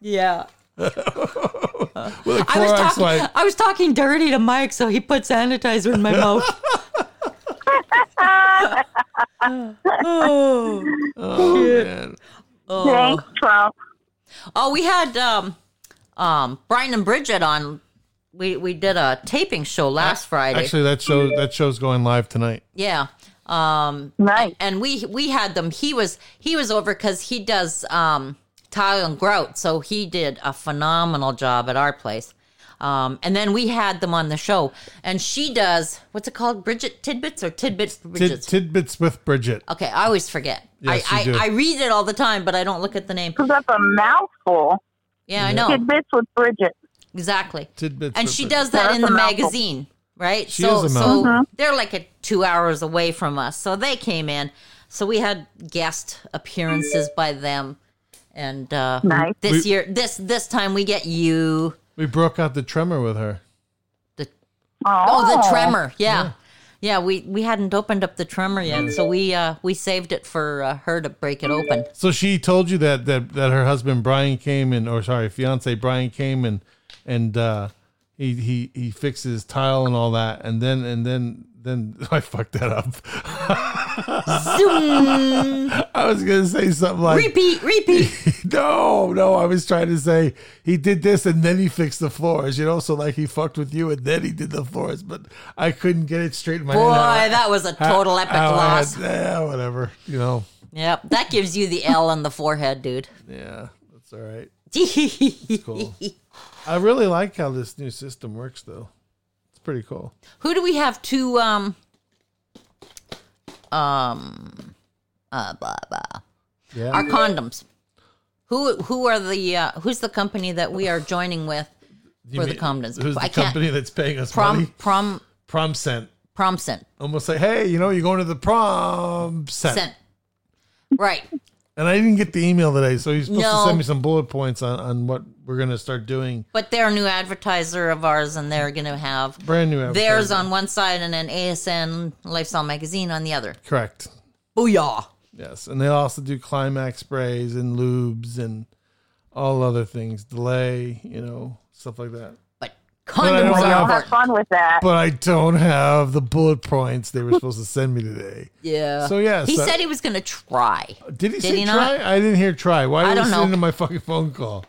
Speaker 6: Yeah.
Speaker 5: With a
Speaker 6: I was
Speaker 5: Clorox
Speaker 6: talking.
Speaker 5: wipe.
Speaker 6: I was talking dirty to Mike, so he put sanitizer [laughs] in my mouth. oh.
Speaker 7: Thanks, Trump.
Speaker 6: oh, we had um, um, Brian and Bridget on. We we did a taping show last Friday.
Speaker 5: Actually, that show that show's going live tonight.
Speaker 6: yeah. Um,
Speaker 7: Nice.
Speaker 6: and we we had them. He was he was over because he does um, tile and grout, so he did a phenomenal job at our place. Um, and then we had them on the show, and she does what's it called, Bridget tidbits or tidbits
Speaker 5: Tid-
Speaker 6: Bridgets?
Speaker 5: tidbits with Bridget.
Speaker 6: okay, I always forget.
Speaker 5: Yes,
Speaker 6: I,
Speaker 5: you do.
Speaker 6: I, I read it all the time, but I don't look at the name.
Speaker 7: Because that's a mouthful.
Speaker 6: Yeah, I know
Speaker 7: Tidbits with Bridget.
Speaker 6: exactly.
Speaker 5: Tidbits
Speaker 6: and
Speaker 5: with
Speaker 6: she
Speaker 5: Bridget.
Speaker 6: does that
Speaker 7: That's
Speaker 6: in
Speaker 7: a
Speaker 6: the
Speaker 7: mouthful.
Speaker 6: magazine, right?
Speaker 5: She
Speaker 6: so
Speaker 5: is a
Speaker 6: so
Speaker 5: mouthful.
Speaker 6: they're like a two hours away from us. So they came in. So we had guest appearances by them, and uh,
Speaker 7: Nice.
Speaker 6: this
Speaker 5: We-
Speaker 6: year, this this time we get you
Speaker 5: We broke out the tremor with her.
Speaker 6: the
Speaker 7: Oh,
Speaker 6: oh the tremor, yeah. yeah. we, we hadn't opened up the tremor yet, so we uh, we saved it for uh, her to break it open.
Speaker 5: So she told you that that that her husband Brian came and or sorry, fiance Brian came and and uh he he he fixes tile and all that and then and then then [laughs] I fucked that up. [laughs]
Speaker 6: Zoom!
Speaker 5: I was gonna say something like
Speaker 6: repeat, repeat.
Speaker 5: [laughs] No, no, I was trying to say he did this and then he fixed the floors, you know, so like he fucked with you and then he did the floors, but I couldn't get it straight in my
Speaker 6: Boy,
Speaker 5: head.
Speaker 6: that was a total epic
Speaker 5: how I had-
Speaker 6: loss.
Speaker 5: Yeah, whatever. You know.
Speaker 6: Yep, that gives you the L on the forehead, dude.
Speaker 5: Yeah, that's all right.
Speaker 6: Cool.
Speaker 5: Cool. I really like how this new system works, though. It's pretty cool.
Speaker 6: [laughs] Who do we have to um um uh blah blah.
Speaker 5: Yeah.
Speaker 6: Our condoms. Who who are the uh who's the company that we are joining with
Speaker 5: You
Speaker 6: for the
Speaker 5: mean-
Speaker 6: condoms?
Speaker 5: Who's
Speaker 6: I
Speaker 5: the
Speaker 6: can't
Speaker 5: company that's paying us
Speaker 6: prom
Speaker 5: money?
Speaker 6: prom
Speaker 5: Prom Scent.
Speaker 6: prom scent.
Speaker 5: Almost like, hey, you know, you're going to the prom scent.
Speaker 6: scent. Right.
Speaker 5: And I didn't get the email today, so he's supposed
Speaker 6: No.
Speaker 5: to send me some bullet points on, on what we're going to start doing.
Speaker 6: But they're a new advertiser of ours and they're gonna have
Speaker 5: Brand new.
Speaker 6: theirs
Speaker 5: advertising.
Speaker 6: on one side and an ASN lifestyle magazine on the other.
Speaker 5: Correct.
Speaker 6: Booyah.
Speaker 5: Yes, and they also do climax sprays and lubes and all other things, delay, you know, stuff like that.
Speaker 6: But
Speaker 5: I
Speaker 6: condoms
Speaker 5: don't
Speaker 6: are
Speaker 5: know.
Speaker 7: I'll have
Speaker 6: important.
Speaker 7: fun with that.
Speaker 5: But I don't have the bullet points they were supposed to send me today.
Speaker 6: Yeah.
Speaker 5: So, yeah,
Speaker 6: He
Speaker 5: so-
Speaker 6: said he was gonna try.
Speaker 5: Did he
Speaker 6: Did
Speaker 5: say
Speaker 6: he
Speaker 5: try?
Speaker 6: not?
Speaker 5: I didn't hear try. Why
Speaker 6: I
Speaker 5: are you
Speaker 6: don't
Speaker 5: listening
Speaker 6: know.
Speaker 5: to my fucking phone call?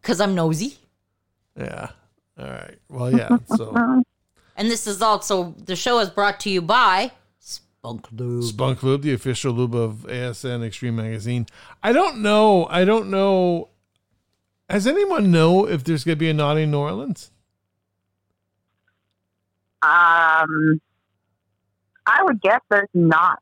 Speaker 6: Because I'm nosy.
Speaker 5: Yeah. All right. Well, yeah. uh,
Speaker 7: [laughs]
Speaker 5: So
Speaker 6: And this is also the show is brought to you by Spunk Lube.
Speaker 5: Spunk Lube, the official lube of ASN Extreme Magazine. I don't know. I don't know. Does anyone know if there's going to be a naughty New Orleans?
Speaker 7: Um, I would guess there's not.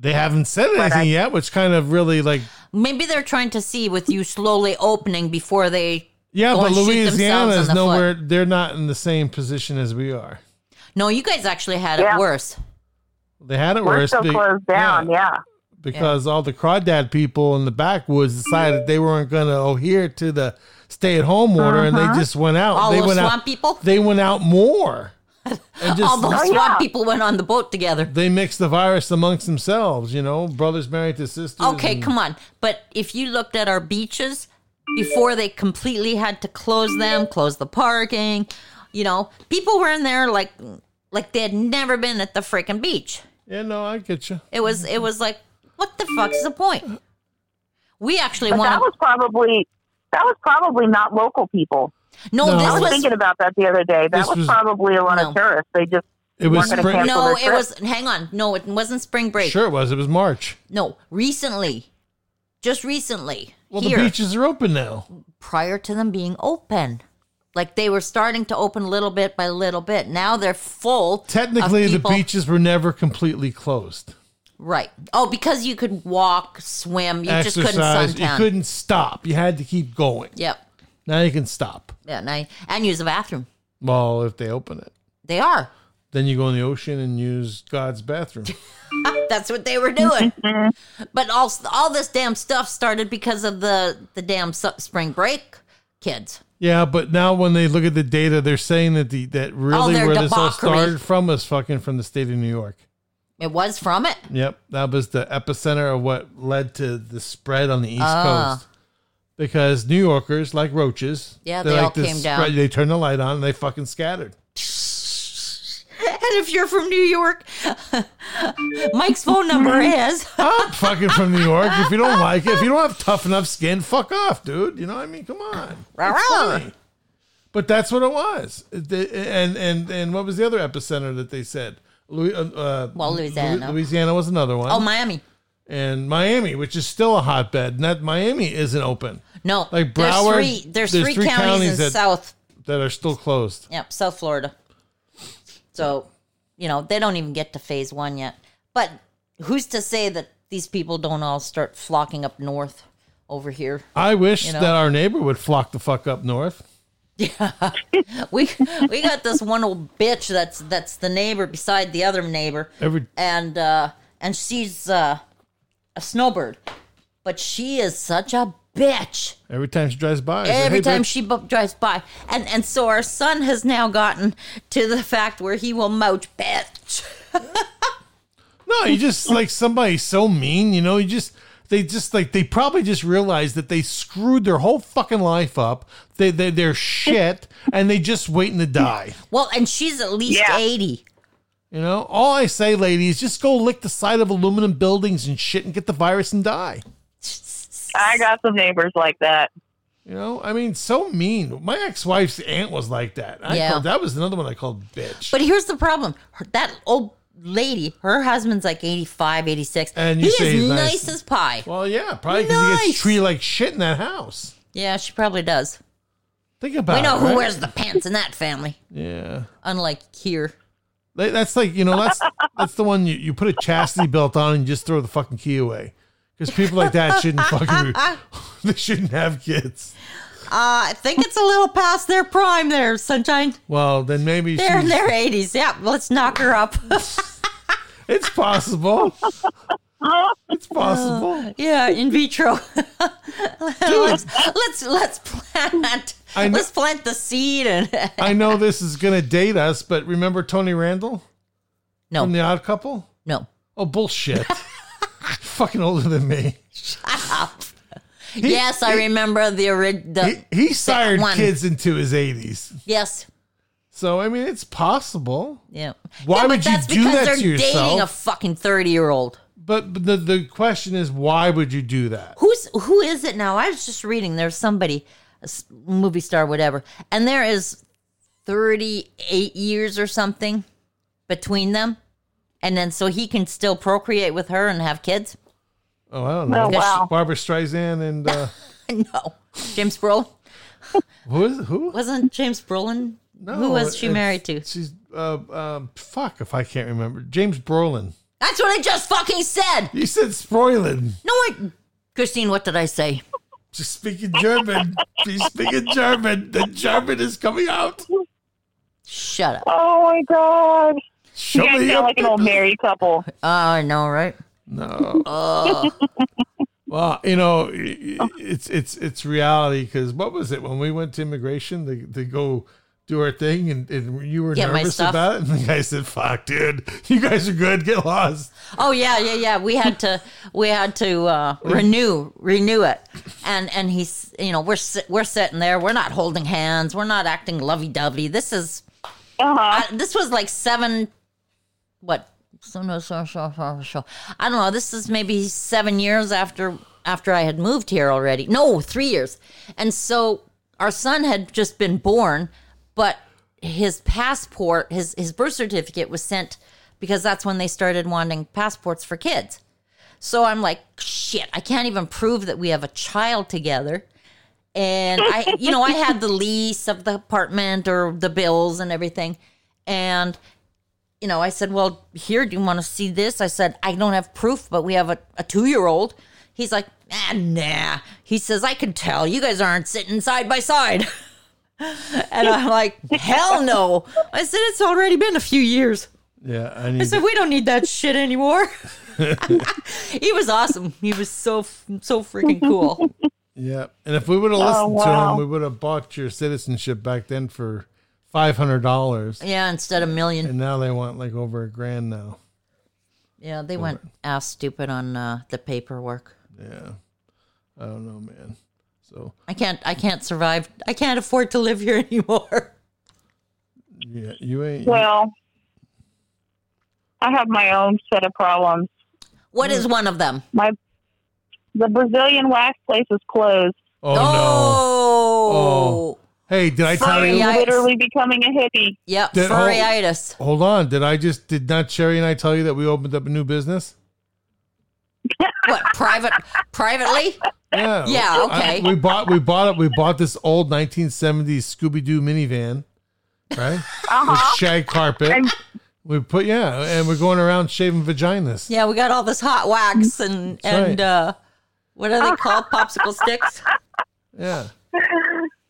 Speaker 5: They haven't said
Speaker 7: But
Speaker 5: anything
Speaker 7: I-
Speaker 5: yet, which kind of really like
Speaker 6: Maybe they're trying to see with you slowly opening before they.
Speaker 5: yeah,
Speaker 6: Go
Speaker 5: but
Speaker 6: and shoot
Speaker 5: Louisiana
Speaker 6: themselves in
Speaker 5: is
Speaker 6: the
Speaker 5: nowhere. They're not in the same position as we are.
Speaker 6: No, you guys actually had
Speaker 7: Yeah.
Speaker 6: it worse.
Speaker 5: They had it
Speaker 7: We're
Speaker 5: worse.
Speaker 7: still
Speaker 5: be-
Speaker 7: closed down. Yeah.
Speaker 5: because all the crawdad people in the backwoods decided they weren't going to adhere to the stay-at-home order, and they just went out.
Speaker 6: All
Speaker 5: they
Speaker 6: the
Speaker 5: went
Speaker 6: swamp
Speaker 5: out.
Speaker 6: people?
Speaker 5: They went out
Speaker 6: [laughs]
Speaker 5: more, and just
Speaker 6: All those
Speaker 7: Oh,
Speaker 6: swamp
Speaker 7: yeah.
Speaker 6: people went on the boat together.
Speaker 5: they mixed the virus amongst themselves. You know, brothers married to sisters.
Speaker 6: Okay, come on. But if you looked at our beaches before they completely had to close them, close the parking, you know, people were in there like like they had never been at the freaking beach.
Speaker 5: Yeah, no, I get you.
Speaker 6: It was it was like, what the fuck's the point? We actually
Speaker 7: But
Speaker 6: want
Speaker 7: that was probably that was probably not local people.
Speaker 6: to. No,
Speaker 5: No. I
Speaker 7: I was
Speaker 6: this was
Speaker 7: thinking about that the other day.
Speaker 5: This
Speaker 7: That was,
Speaker 5: was-
Speaker 7: probably a lot
Speaker 6: No.
Speaker 7: of tourists. They just
Speaker 5: It was
Speaker 7: weren't
Speaker 5: spring-
Speaker 7: going to cancel
Speaker 6: no.
Speaker 7: their
Speaker 6: It
Speaker 7: trip.
Speaker 6: was hang on. No, it wasn't spring break.
Speaker 5: Sure, it was. It was March.
Speaker 6: No, recently, just recently
Speaker 5: Well,
Speaker 6: here
Speaker 5: the beaches are open now.
Speaker 6: prior to them being open. Like they were starting to open little bit by little bit. Now they're full. of
Speaker 5: Technically, the
Speaker 6: people-
Speaker 5: beaches were never completely closed.
Speaker 6: Right. Oh, because you could walk, swim. You just couldn't
Speaker 5: Exercise.
Speaker 6: suntan.
Speaker 5: you couldn't stop. You had to keep going.
Speaker 6: Yep.
Speaker 5: Now you can stop.
Speaker 6: Yeah. And, I, and use the bathroom.
Speaker 5: Well, if they open it.
Speaker 6: They are.
Speaker 5: Then you go in the ocean and use God's bathroom. [laughs]
Speaker 6: Ah, That's what they were doing. but all all this damn stuff started because of the the damn su- spring break kids.
Speaker 5: yeah, but now when they look at the data, they're saying that the that really
Speaker 6: their
Speaker 5: where this all
Speaker 6: Oh, debauchery.
Speaker 5: started from was fucking from the state of New York.
Speaker 6: It was from it.
Speaker 5: Yep, that was the epicenter of what led to the spread on the East
Speaker 6: Ah.
Speaker 5: Coast. Because New Yorkers, like roaches,
Speaker 6: Yeah,
Speaker 5: they're
Speaker 6: they all
Speaker 5: to
Speaker 6: came down.
Speaker 5: spread- They turned the light on and they fucking scattered.
Speaker 6: And if you're from New York, [laughs] Mike's phone number
Speaker 5: Mm-hmm.
Speaker 6: is
Speaker 5: I'm fucking from New York. If you don't like it, if you don't have tough enough skin, fuck off, dude. You know what I mean? Come on. It's funny. But that's what it was. It- it- And and and what was the other epicenter that they said? Louis, uh, uh,
Speaker 6: Well, Louisiana.
Speaker 5: Lou- Louisiana was another one.
Speaker 6: oh Miami.
Speaker 5: and Miami, which is still a hotbed. And that Miami isn't open.
Speaker 6: No,
Speaker 5: Like
Speaker 6: there's
Speaker 5: Broward,
Speaker 6: three. There's, three, counties, in
Speaker 5: that-
Speaker 6: South
Speaker 5: that are still closed.
Speaker 6: Yep, South Florida. So, you know, they don't even get to phase one yet. But who's to say that these people don't all start flocking up north over here? [laughs]
Speaker 5: I wish
Speaker 6: You know?
Speaker 5: that our neighbor would flock the fuck up north.
Speaker 6: We we got this one old bitch that's that's the neighbor beside the other neighbor.
Speaker 5: Every
Speaker 6: and uh and she's uh a snowbird. But she is such a bitch.
Speaker 5: every time she drives by, I say,
Speaker 6: every
Speaker 5: "Hey,
Speaker 6: time
Speaker 5: bitch."
Speaker 6: she bu- drives by. And and so our son has now gotten to the fact where he will mouch bitch.
Speaker 5: No, you
Speaker 6: [laughs]
Speaker 5: just like somebody's so mean, you know, you just they just like they probably just realized that they screwed their whole fucking life up. They they they're shit
Speaker 6: [laughs]
Speaker 5: and they just waiting to die.
Speaker 6: Well, and she's at least
Speaker 7: Yeah.
Speaker 6: 80.
Speaker 5: You know? All I say, ladies, just go lick the side of aluminum buildings and shit and get the virus and die.
Speaker 7: I got some neighbors like that.
Speaker 5: You know, I mean, so mean. My ex-wife's aunt was like that. I
Speaker 6: Yeah.
Speaker 5: called, that was another one I called bitch.
Speaker 6: But here's the problem. Her, that old lady, her husband's like 85, 86.
Speaker 5: And
Speaker 6: he
Speaker 5: you
Speaker 6: is
Speaker 5: say he's nice.
Speaker 6: nice as pie.
Speaker 5: well, yeah, probably because he
Speaker 6: Nice.
Speaker 5: gets treated like shit in that house.
Speaker 6: Yeah, she probably does.
Speaker 5: Think about
Speaker 6: We know
Speaker 5: it.
Speaker 6: who
Speaker 5: Ah, right?
Speaker 6: wears the pants in that family,
Speaker 5: Yeah.
Speaker 6: unlike here.
Speaker 5: Like, That's like you know that's that's the one you, you put a chastity belt on and you just throw the fucking key away because people like that shouldn't
Speaker 6: [laughs]
Speaker 5: fucking [laughs] they shouldn't have kids.
Speaker 6: Uh, I think it's a little past their prime there, Sunshine.
Speaker 5: Well, then maybe
Speaker 6: They're in
Speaker 5: she's-
Speaker 6: their 80s. Yeah, let's knock her up.
Speaker 5: it's possible. It's
Speaker 6: [laughs]
Speaker 5: possible.
Speaker 6: yeah, in vitro. [laughs] let's, let's let's plant.
Speaker 5: I kn-
Speaker 6: let's plant the seed and [laughs]
Speaker 5: I know this is gonna date us, but remember Tony Randall
Speaker 6: no,
Speaker 5: from The Odd Couple?
Speaker 6: no.
Speaker 5: Oh
Speaker 6: [laughs]
Speaker 5: bullshit! fucking older than me.
Speaker 6: yes, I remember the original.
Speaker 5: He, he sired
Speaker 6: one.
Speaker 5: kids into his eighties,
Speaker 6: Yes.
Speaker 5: so I mean it's possible.
Speaker 6: Yeah.
Speaker 5: Why
Speaker 6: yeah, but
Speaker 5: would you
Speaker 6: that's
Speaker 5: do
Speaker 6: because
Speaker 5: that
Speaker 6: they're
Speaker 5: to yourself?
Speaker 6: dating a fucking 30-year-old.
Speaker 5: But but the the question is, why would you do that?
Speaker 6: Who's who is it now? I was just reading there's somebody a s- movie star whatever. And there is 38 years or something between them. And then so he can still procreate with her and have kids? [laughs]
Speaker 5: Oh, I don't know.
Speaker 7: Oh, wow.
Speaker 5: Barbara Streisand and uh,
Speaker 6: No. James Brolin?
Speaker 5: who is who?
Speaker 6: Wasn't James Brolin?
Speaker 5: No,
Speaker 6: who was she
Speaker 5: it's-
Speaker 6: married to?
Speaker 5: She's uh, um, fuck if I can't remember. James Brolin.
Speaker 6: That's what I just fucking said.
Speaker 5: You said Sproilin.
Speaker 6: No, I Christine, what did I say?
Speaker 5: She's speaking German. She's speaking German. The German is coming out.
Speaker 6: Shut up.
Speaker 7: Oh my god!
Speaker 5: Show
Speaker 7: you guys
Speaker 5: me
Speaker 7: sound
Speaker 5: your
Speaker 7: like an old
Speaker 5: papers.
Speaker 7: married couple.
Speaker 6: Oh, I know, right?
Speaker 5: No. Well, you know, i- i- it's it's it's reality because what was it when we went to immigration to, to go do our thing and, and you were
Speaker 6: Get my
Speaker 5: nervous
Speaker 6: stuff.
Speaker 5: about it and the guy said, "Fuck, dude, you guys are good. Get lost."
Speaker 6: Oh yeah, yeah, yeah. We had to we had to uh, renew renew it, and and he's you know we're sit- we're sitting there. We're not holding hands. We're not acting lovey dovey. This is
Speaker 7: Uh huh.
Speaker 6: I- this was like seven, what? So no, so so so so. I don't know. This is maybe seven years after after I had moved here already. No, three years. And so our son had just been born, but his passport, his his birth certificate was sent because that's when they started wanting passports for kids. So I'm like, shit, I can't even prove that we have a child together and I, you know, I had the lease of the apartment or the bills and everything. And, you know, I said, Well, here, do you want to see this? I said, I don't have proof, but we have a, a two year old. He's like, ah, Nah. He says, I can tell you guys aren't sitting side by side. [laughs] and I'm like, Hell no. I said, It's already been a few years.
Speaker 5: Yeah, I need.
Speaker 6: I said, We don't need that shit anymore. [laughs] he was awesome. He was so, f- so freaking cool.
Speaker 5: Yeah, and if we would
Speaker 6: Oh,
Speaker 5: have listened to
Speaker 7: wow.
Speaker 5: him, we would have bought your citizenship back then for five hundred dollars,
Speaker 6: Yeah, instead of million.
Speaker 5: and now they want like over a grand now.
Speaker 6: Yeah, they went ass stupid on uh, the paperwork.
Speaker 5: Yeah, I don't know, man. So
Speaker 6: I can't. I can't survive. I can't afford to live here [laughs] anymore.
Speaker 5: yeah, you ain't.
Speaker 7: Well, I have my own set of problems.
Speaker 6: What is one of them?
Speaker 7: My the Brazilian wax place is closed.
Speaker 5: oh no!
Speaker 6: Oh,
Speaker 5: Hey, did I tell
Speaker 7: I'm
Speaker 5: you?
Speaker 6: Sorry. Yikes.
Speaker 7: literally becoming a hippie.
Speaker 6: yep,
Speaker 5: That whole-
Speaker 6: furryitis.
Speaker 7: [laughs]
Speaker 5: Hold on, did I just did not Sherry and I tell you that we opened up a new business?
Speaker 6: What private? Privately?
Speaker 5: Yeah.
Speaker 6: Yeah,
Speaker 5: I-
Speaker 6: okay.
Speaker 5: we bought we bought it. We bought this old 1970s Scooby Doo minivan,
Speaker 7: [laughs]
Speaker 5: right? With shag carpet.
Speaker 7: Uh-huh. And-
Speaker 5: we put yeah, and we're going around shaving vaginas.
Speaker 6: Yeah, we got all this hot wax and and
Speaker 5: right.
Speaker 6: uh, what are they called? Popsicle sticks.
Speaker 7: [laughs]
Speaker 5: Yeah.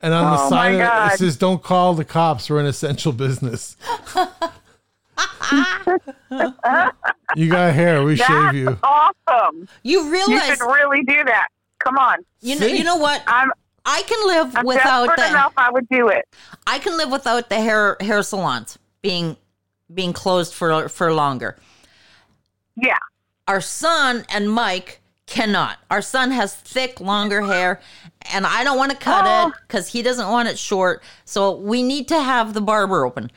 Speaker 5: And on the
Speaker 7: Oh,
Speaker 5: side
Speaker 7: my
Speaker 5: of it,
Speaker 7: God.
Speaker 5: it says, "Don't call the cops. We're an essential
Speaker 7: [laughs]
Speaker 5: business." you got hair. We shave you.
Speaker 7: That's awesome.
Speaker 6: You
Speaker 7: You
Speaker 6: realize
Speaker 7: should really do that. Come on.
Speaker 6: you know you know what?
Speaker 7: I'm,
Speaker 6: I can live
Speaker 7: I'm
Speaker 6: without
Speaker 7: desperate
Speaker 6: the
Speaker 7: enough. I would do it.
Speaker 6: I can live without the hair hair salons being being closed for for longer.
Speaker 7: Yeah.
Speaker 6: Our son and Mike cannot. Our son has thick, longer hair, and I don't want to cut it
Speaker 7: Oh.
Speaker 6: because he doesn't want it short. So we need to have the barber open.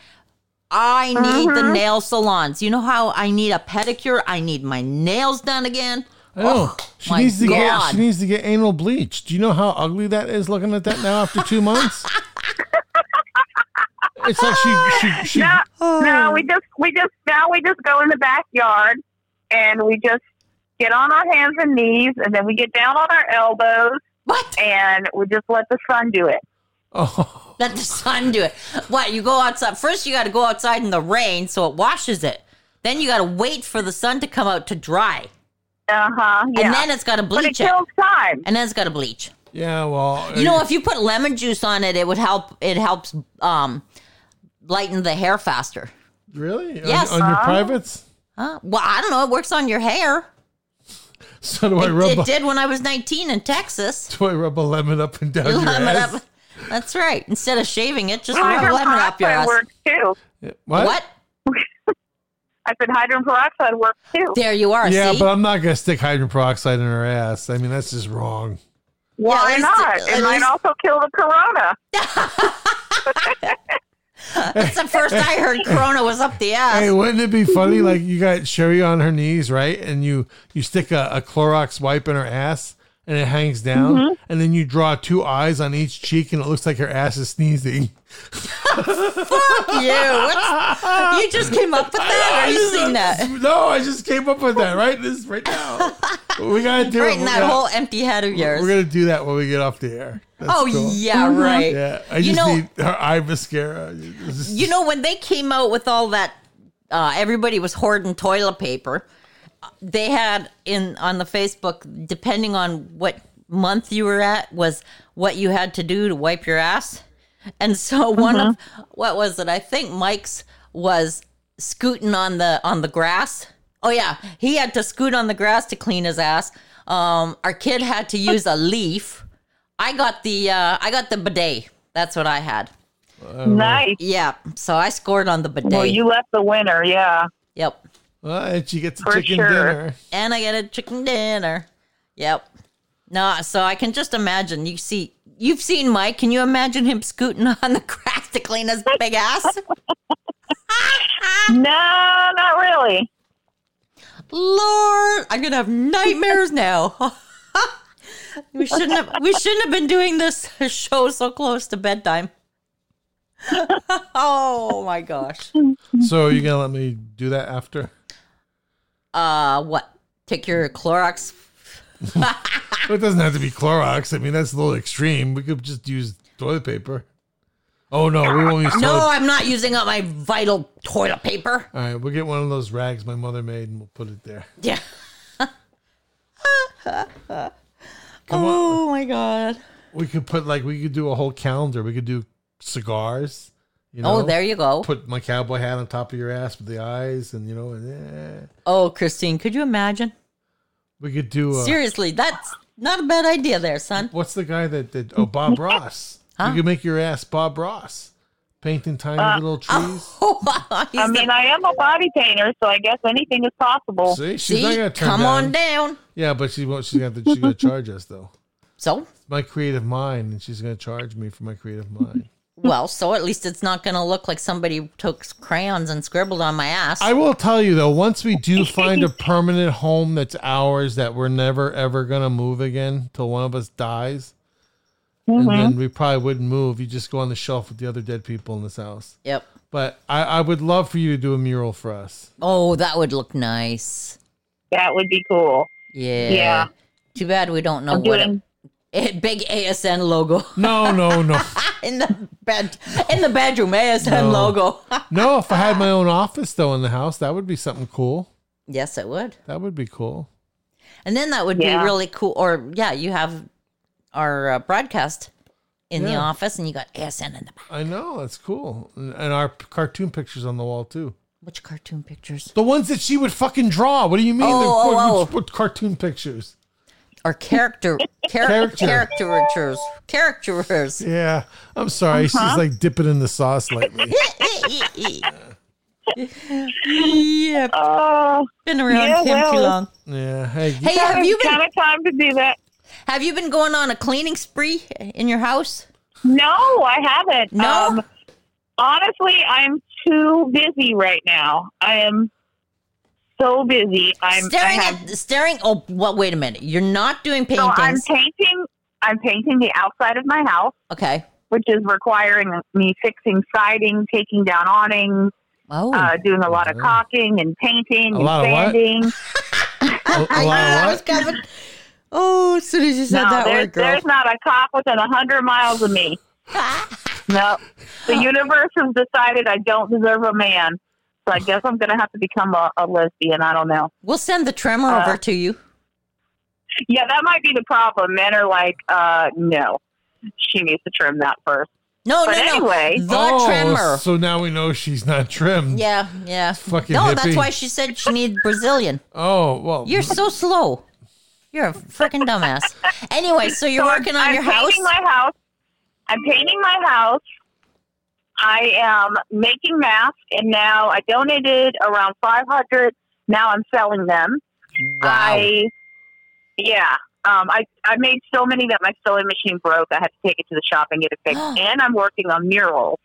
Speaker 6: I need
Speaker 7: Mm-hmm.
Speaker 6: the nail salons. You know how I need a pedicure? I need my nails done again.
Speaker 5: I know. Oh, she
Speaker 6: Oh, my
Speaker 5: needs to
Speaker 6: God.
Speaker 5: get she needs to get anal bleached. Do you know how ugly that is? Looking at that now after two months, it's like she she Oh. she.
Speaker 7: No, no, we just we just now we just go in the backyard and we just get on our hands and knees and then we get down on our elbows [laughs]
Speaker 6: What?
Speaker 7: and we just let the sun do it.
Speaker 5: Oh,
Speaker 6: Let the sun do it. What? You go outside. First, you got to go outside in the rain so it washes it. Then you got to wait for the sun to come out to dry.
Speaker 7: Uh huh. Yeah.
Speaker 6: And then it's got to
Speaker 7: but it
Speaker 6: bleach it.
Speaker 7: kills time.
Speaker 6: And then it's got to bleach.
Speaker 5: yeah. Well,
Speaker 6: You know, if you put lemon juice on it, it would help. It helps um, lighten the hair faster.
Speaker 5: really On-
Speaker 6: Yes. uh-huh.
Speaker 5: on, your privates.
Speaker 6: Huh? Well, I don't know. It works on your hair.
Speaker 5: So do I
Speaker 6: It,
Speaker 5: rub
Speaker 6: it
Speaker 5: a,
Speaker 6: did when I was 19 in Texas.
Speaker 5: [laughs] do I rub a lemon up and down
Speaker 6: You
Speaker 5: your
Speaker 6: lemon
Speaker 5: ass?
Speaker 6: up. That's right. Instead of shaving it, just rub
Speaker 7: Hydrogen
Speaker 6: lemon up your
Speaker 7: peroxide
Speaker 6: ass.
Speaker 7: works too.
Speaker 5: What?
Speaker 6: What?
Speaker 7: I said hydrogen peroxide works too.
Speaker 6: There you are.
Speaker 5: Yeah,
Speaker 6: see?
Speaker 5: but I'm not gonna stick hydrogen peroxide in her ass. I mean, that's just wrong.
Speaker 7: Why
Speaker 6: at least-
Speaker 7: not?
Speaker 6: at
Speaker 7: It might
Speaker 6: least-
Speaker 7: also kill the corona.
Speaker 6: That's the first I heard
Speaker 5: [laughs]
Speaker 6: Corona was up the ass.
Speaker 5: Hey, wouldn't it be funny? Like you got Sherry on her knees, right? And you you stick a, a Clorox wipe in her ass, and it hangs down,
Speaker 6: Mm-hmm.
Speaker 5: and then you draw two eyes on each cheek, and it looks like her ass is
Speaker 6: [laughs]
Speaker 5: sneezing.
Speaker 6: Fuck you. What's- you just came up with that? Or you
Speaker 5: [laughs]
Speaker 6: seen that?
Speaker 5: No, I just came up with that right this right
Speaker 6: [laughs]
Speaker 5: now. we gotta do
Speaker 6: Right
Speaker 5: it.
Speaker 6: in
Speaker 5: We
Speaker 6: that
Speaker 5: gotta-
Speaker 6: whole empty head of yours.
Speaker 5: We're gonna do that when we get off the air. That's
Speaker 6: oh,
Speaker 5: cool.
Speaker 6: yeah,
Speaker 5: [laughs]
Speaker 6: right.
Speaker 5: Yeah, I
Speaker 6: You
Speaker 5: just
Speaker 6: know-
Speaker 5: need her eye mascara. This is-
Speaker 6: You know, when they came out with all that, uh, everybody was hoarding toilet paper. uh, They had in on the Facebook, depending on what month you were at, was what you had to do to wipe your ass. And so [laughs] one of what was it? I think Mike's was scooting on the on the grass. Oh yeah, he had to scoot on the grass to clean his ass. Um, our kid had to use a leaf. I got the uh, I got the bidet. That's what I had.
Speaker 7: Nice.
Speaker 6: Yeah. So I scored on the bidet.
Speaker 7: Well, you left the winner. Yeah.
Speaker 6: yep.
Speaker 5: well, and she gets a
Speaker 7: For
Speaker 5: chicken
Speaker 7: sure.
Speaker 5: dinner.
Speaker 6: And I get a chicken dinner. Yep. No, so I can just imagine. You see, you've seen Mike. Can you imagine him scooting [laughs] on the grass to clean his big ass?
Speaker 7: No, not really.
Speaker 6: Lord, I'm gonna have nightmares now. [laughs] we shouldn't have. We shouldn't have been doing this show so close to bedtime. [laughs] oh my gosh.
Speaker 5: So are you gonna let me do that after?
Speaker 6: Uh, what? Take your Clorox.
Speaker 5: Well, it doesn't have to be Clorox. I mean, that's a little extreme. We could just use toilet paper. Oh no, we won't use
Speaker 6: No,
Speaker 5: toilet.
Speaker 6: I'm not using up my vital toilet paper.
Speaker 5: All right, we'll get one of those rags my mother made, and we'll put it there. [laughs]
Speaker 6: Yeah.
Speaker 5: Come on,
Speaker 6: Oh my god.
Speaker 5: we could put like we could do a whole calendar. We could do cigars. You know,
Speaker 6: Oh, there you go.
Speaker 5: Put my cowboy hat on top of your ass with the eyes, and you know, and eh.
Speaker 6: Oh, Christine, could you imagine?
Speaker 5: we could do. Uh,
Speaker 6: Seriously, that's not a bad idea there, son. [laughs]
Speaker 5: what's the guy that did? Oh, Bob Ross.
Speaker 6: Huh?
Speaker 5: You could make your ass Bob Ross, painting tiny little trees.
Speaker 6: Oh, He's
Speaker 7: I mean, I am a body painter, so I guess anything is possible.
Speaker 5: See, she's
Speaker 6: oh. See,
Speaker 5: not gonna turn
Speaker 6: come
Speaker 5: down.
Speaker 6: on down.
Speaker 5: Yeah, but she won't. She's gonna have to, she's gonna charge us though.
Speaker 6: So,
Speaker 5: It's my creative mind, and she's gonna charge me for my creative mind. [laughs]
Speaker 6: well, so at least it's not going to look like somebody took crayons and scribbled on my ass.
Speaker 5: I will tell you though, once we do find a permanent home that's ours, that we're never ever gonna move again till one of us dies, and then we probably wouldn't move. You just go on the shelf with the other dead people in this house.
Speaker 6: yep.
Speaker 5: But I, I would love for you to do a mural for us.
Speaker 6: Oh, that would look nice.
Speaker 7: That would be cool.
Speaker 6: Yeah.
Speaker 7: Yeah.
Speaker 6: Too bad we don't know
Speaker 7: I'm
Speaker 6: what a,
Speaker 7: doing-
Speaker 6: a big ASN logo [laughs]
Speaker 5: No, no, no,
Speaker 6: in the bed in the bedroom ASN
Speaker 5: No.
Speaker 6: logo. [laughs]
Speaker 5: no. If I had my own office though in the house, that would be something cool.
Speaker 6: yes, it would.
Speaker 5: That would be cool.
Speaker 6: And then that would
Speaker 7: Yeah.
Speaker 6: be really cool. Or yeah, you have our uh, broadcast in the
Speaker 5: Yeah.
Speaker 6: office, and you got ASN in the back.
Speaker 5: I know that's cool. And and our p- cartoon pictures on the wall too.
Speaker 6: Which cartoon pictures
Speaker 5: The ones that she would fucking draw. What do you mean?
Speaker 6: Oh,
Speaker 5: They're-
Speaker 6: oh,
Speaker 5: what-
Speaker 6: oh.
Speaker 5: what- what cartoon pictures.
Speaker 6: or
Speaker 7: [laughs]
Speaker 6: character char-
Speaker 5: Character.
Speaker 6: caricatures
Speaker 7: [laughs]
Speaker 6: caricatures?
Speaker 5: Yeah, I'm sorry.
Speaker 6: Uh-huh.
Speaker 5: She's like dipping in the sauce
Speaker 6: [laughs]
Speaker 5: lately.
Speaker 6: yeah,
Speaker 7: Oh,
Speaker 6: been around
Speaker 7: Yeah,
Speaker 6: him too
Speaker 7: well.
Speaker 6: long.
Speaker 5: yeah. Hey,
Speaker 6: Hey, have you been
Speaker 7: kind of time to do that.
Speaker 6: have you been going on a cleaning spree in your house?
Speaker 7: No, I haven't. Um,
Speaker 6: No?
Speaker 7: honestly, I'm too busy right now. I am so busy. I'm
Speaker 6: staring
Speaker 7: I have,
Speaker 6: at staring. Oh, well, wait a minute. You're not doing
Speaker 7: so I'm
Speaker 6: paintings,
Speaker 7: painting. I'm painting the outside of my house,
Speaker 6: okay?
Speaker 7: which is requiring me fixing siding, taking down awnings,
Speaker 6: Oh,
Speaker 7: uh, doing a lot of
Speaker 5: Yeah.
Speaker 7: caulking and painting
Speaker 5: A
Speaker 7: and
Speaker 5: lot of what?
Speaker 6: [laughs]
Speaker 7: sanding.
Speaker 5: a, a
Speaker 6: [laughs] I knew
Speaker 5: lot
Speaker 6: that
Speaker 5: of
Speaker 6: was
Speaker 5: what?
Speaker 6: coming. Oh, as soon as you said
Speaker 7: no,
Speaker 6: that
Speaker 7: there's,
Speaker 6: word, girl.
Speaker 7: there's not a cop within a hundred miles of me. no, the universe has decided I don't deserve a man, so I guess I'm going to have to become a, a lesbian. I don't know.
Speaker 6: [laughs] We'll send the tremor
Speaker 7: Uh,
Speaker 6: over to you.
Speaker 7: Yeah, that might be the problem. Men are like, uh, no, she needs to trim that first.
Speaker 6: No,
Speaker 7: but
Speaker 6: no,
Speaker 7: anyway,
Speaker 6: no. The
Speaker 5: Oh,
Speaker 6: tremor.
Speaker 5: So now we know she's not trimmed.
Speaker 6: yeah, yeah.
Speaker 5: Fucking
Speaker 6: no,
Speaker 5: hippie.
Speaker 6: that's why she said she needed Brazilian.
Speaker 5: Oh well.
Speaker 6: You're so slow. You're a freaking dumbass. Anyway, so you're
Speaker 7: So I'm-
Speaker 6: working on
Speaker 7: I'm
Speaker 6: your house.
Speaker 7: painting My house. I'm painting my house. I am making masks, and now I donated around 500. Now I'm selling them. I, yeah. Um, I, I made so many that my sewing machine broke. I had to take it to the shop and get it
Speaker 6: [gasps]
Speaker 7: fixed. and I'm working on murals.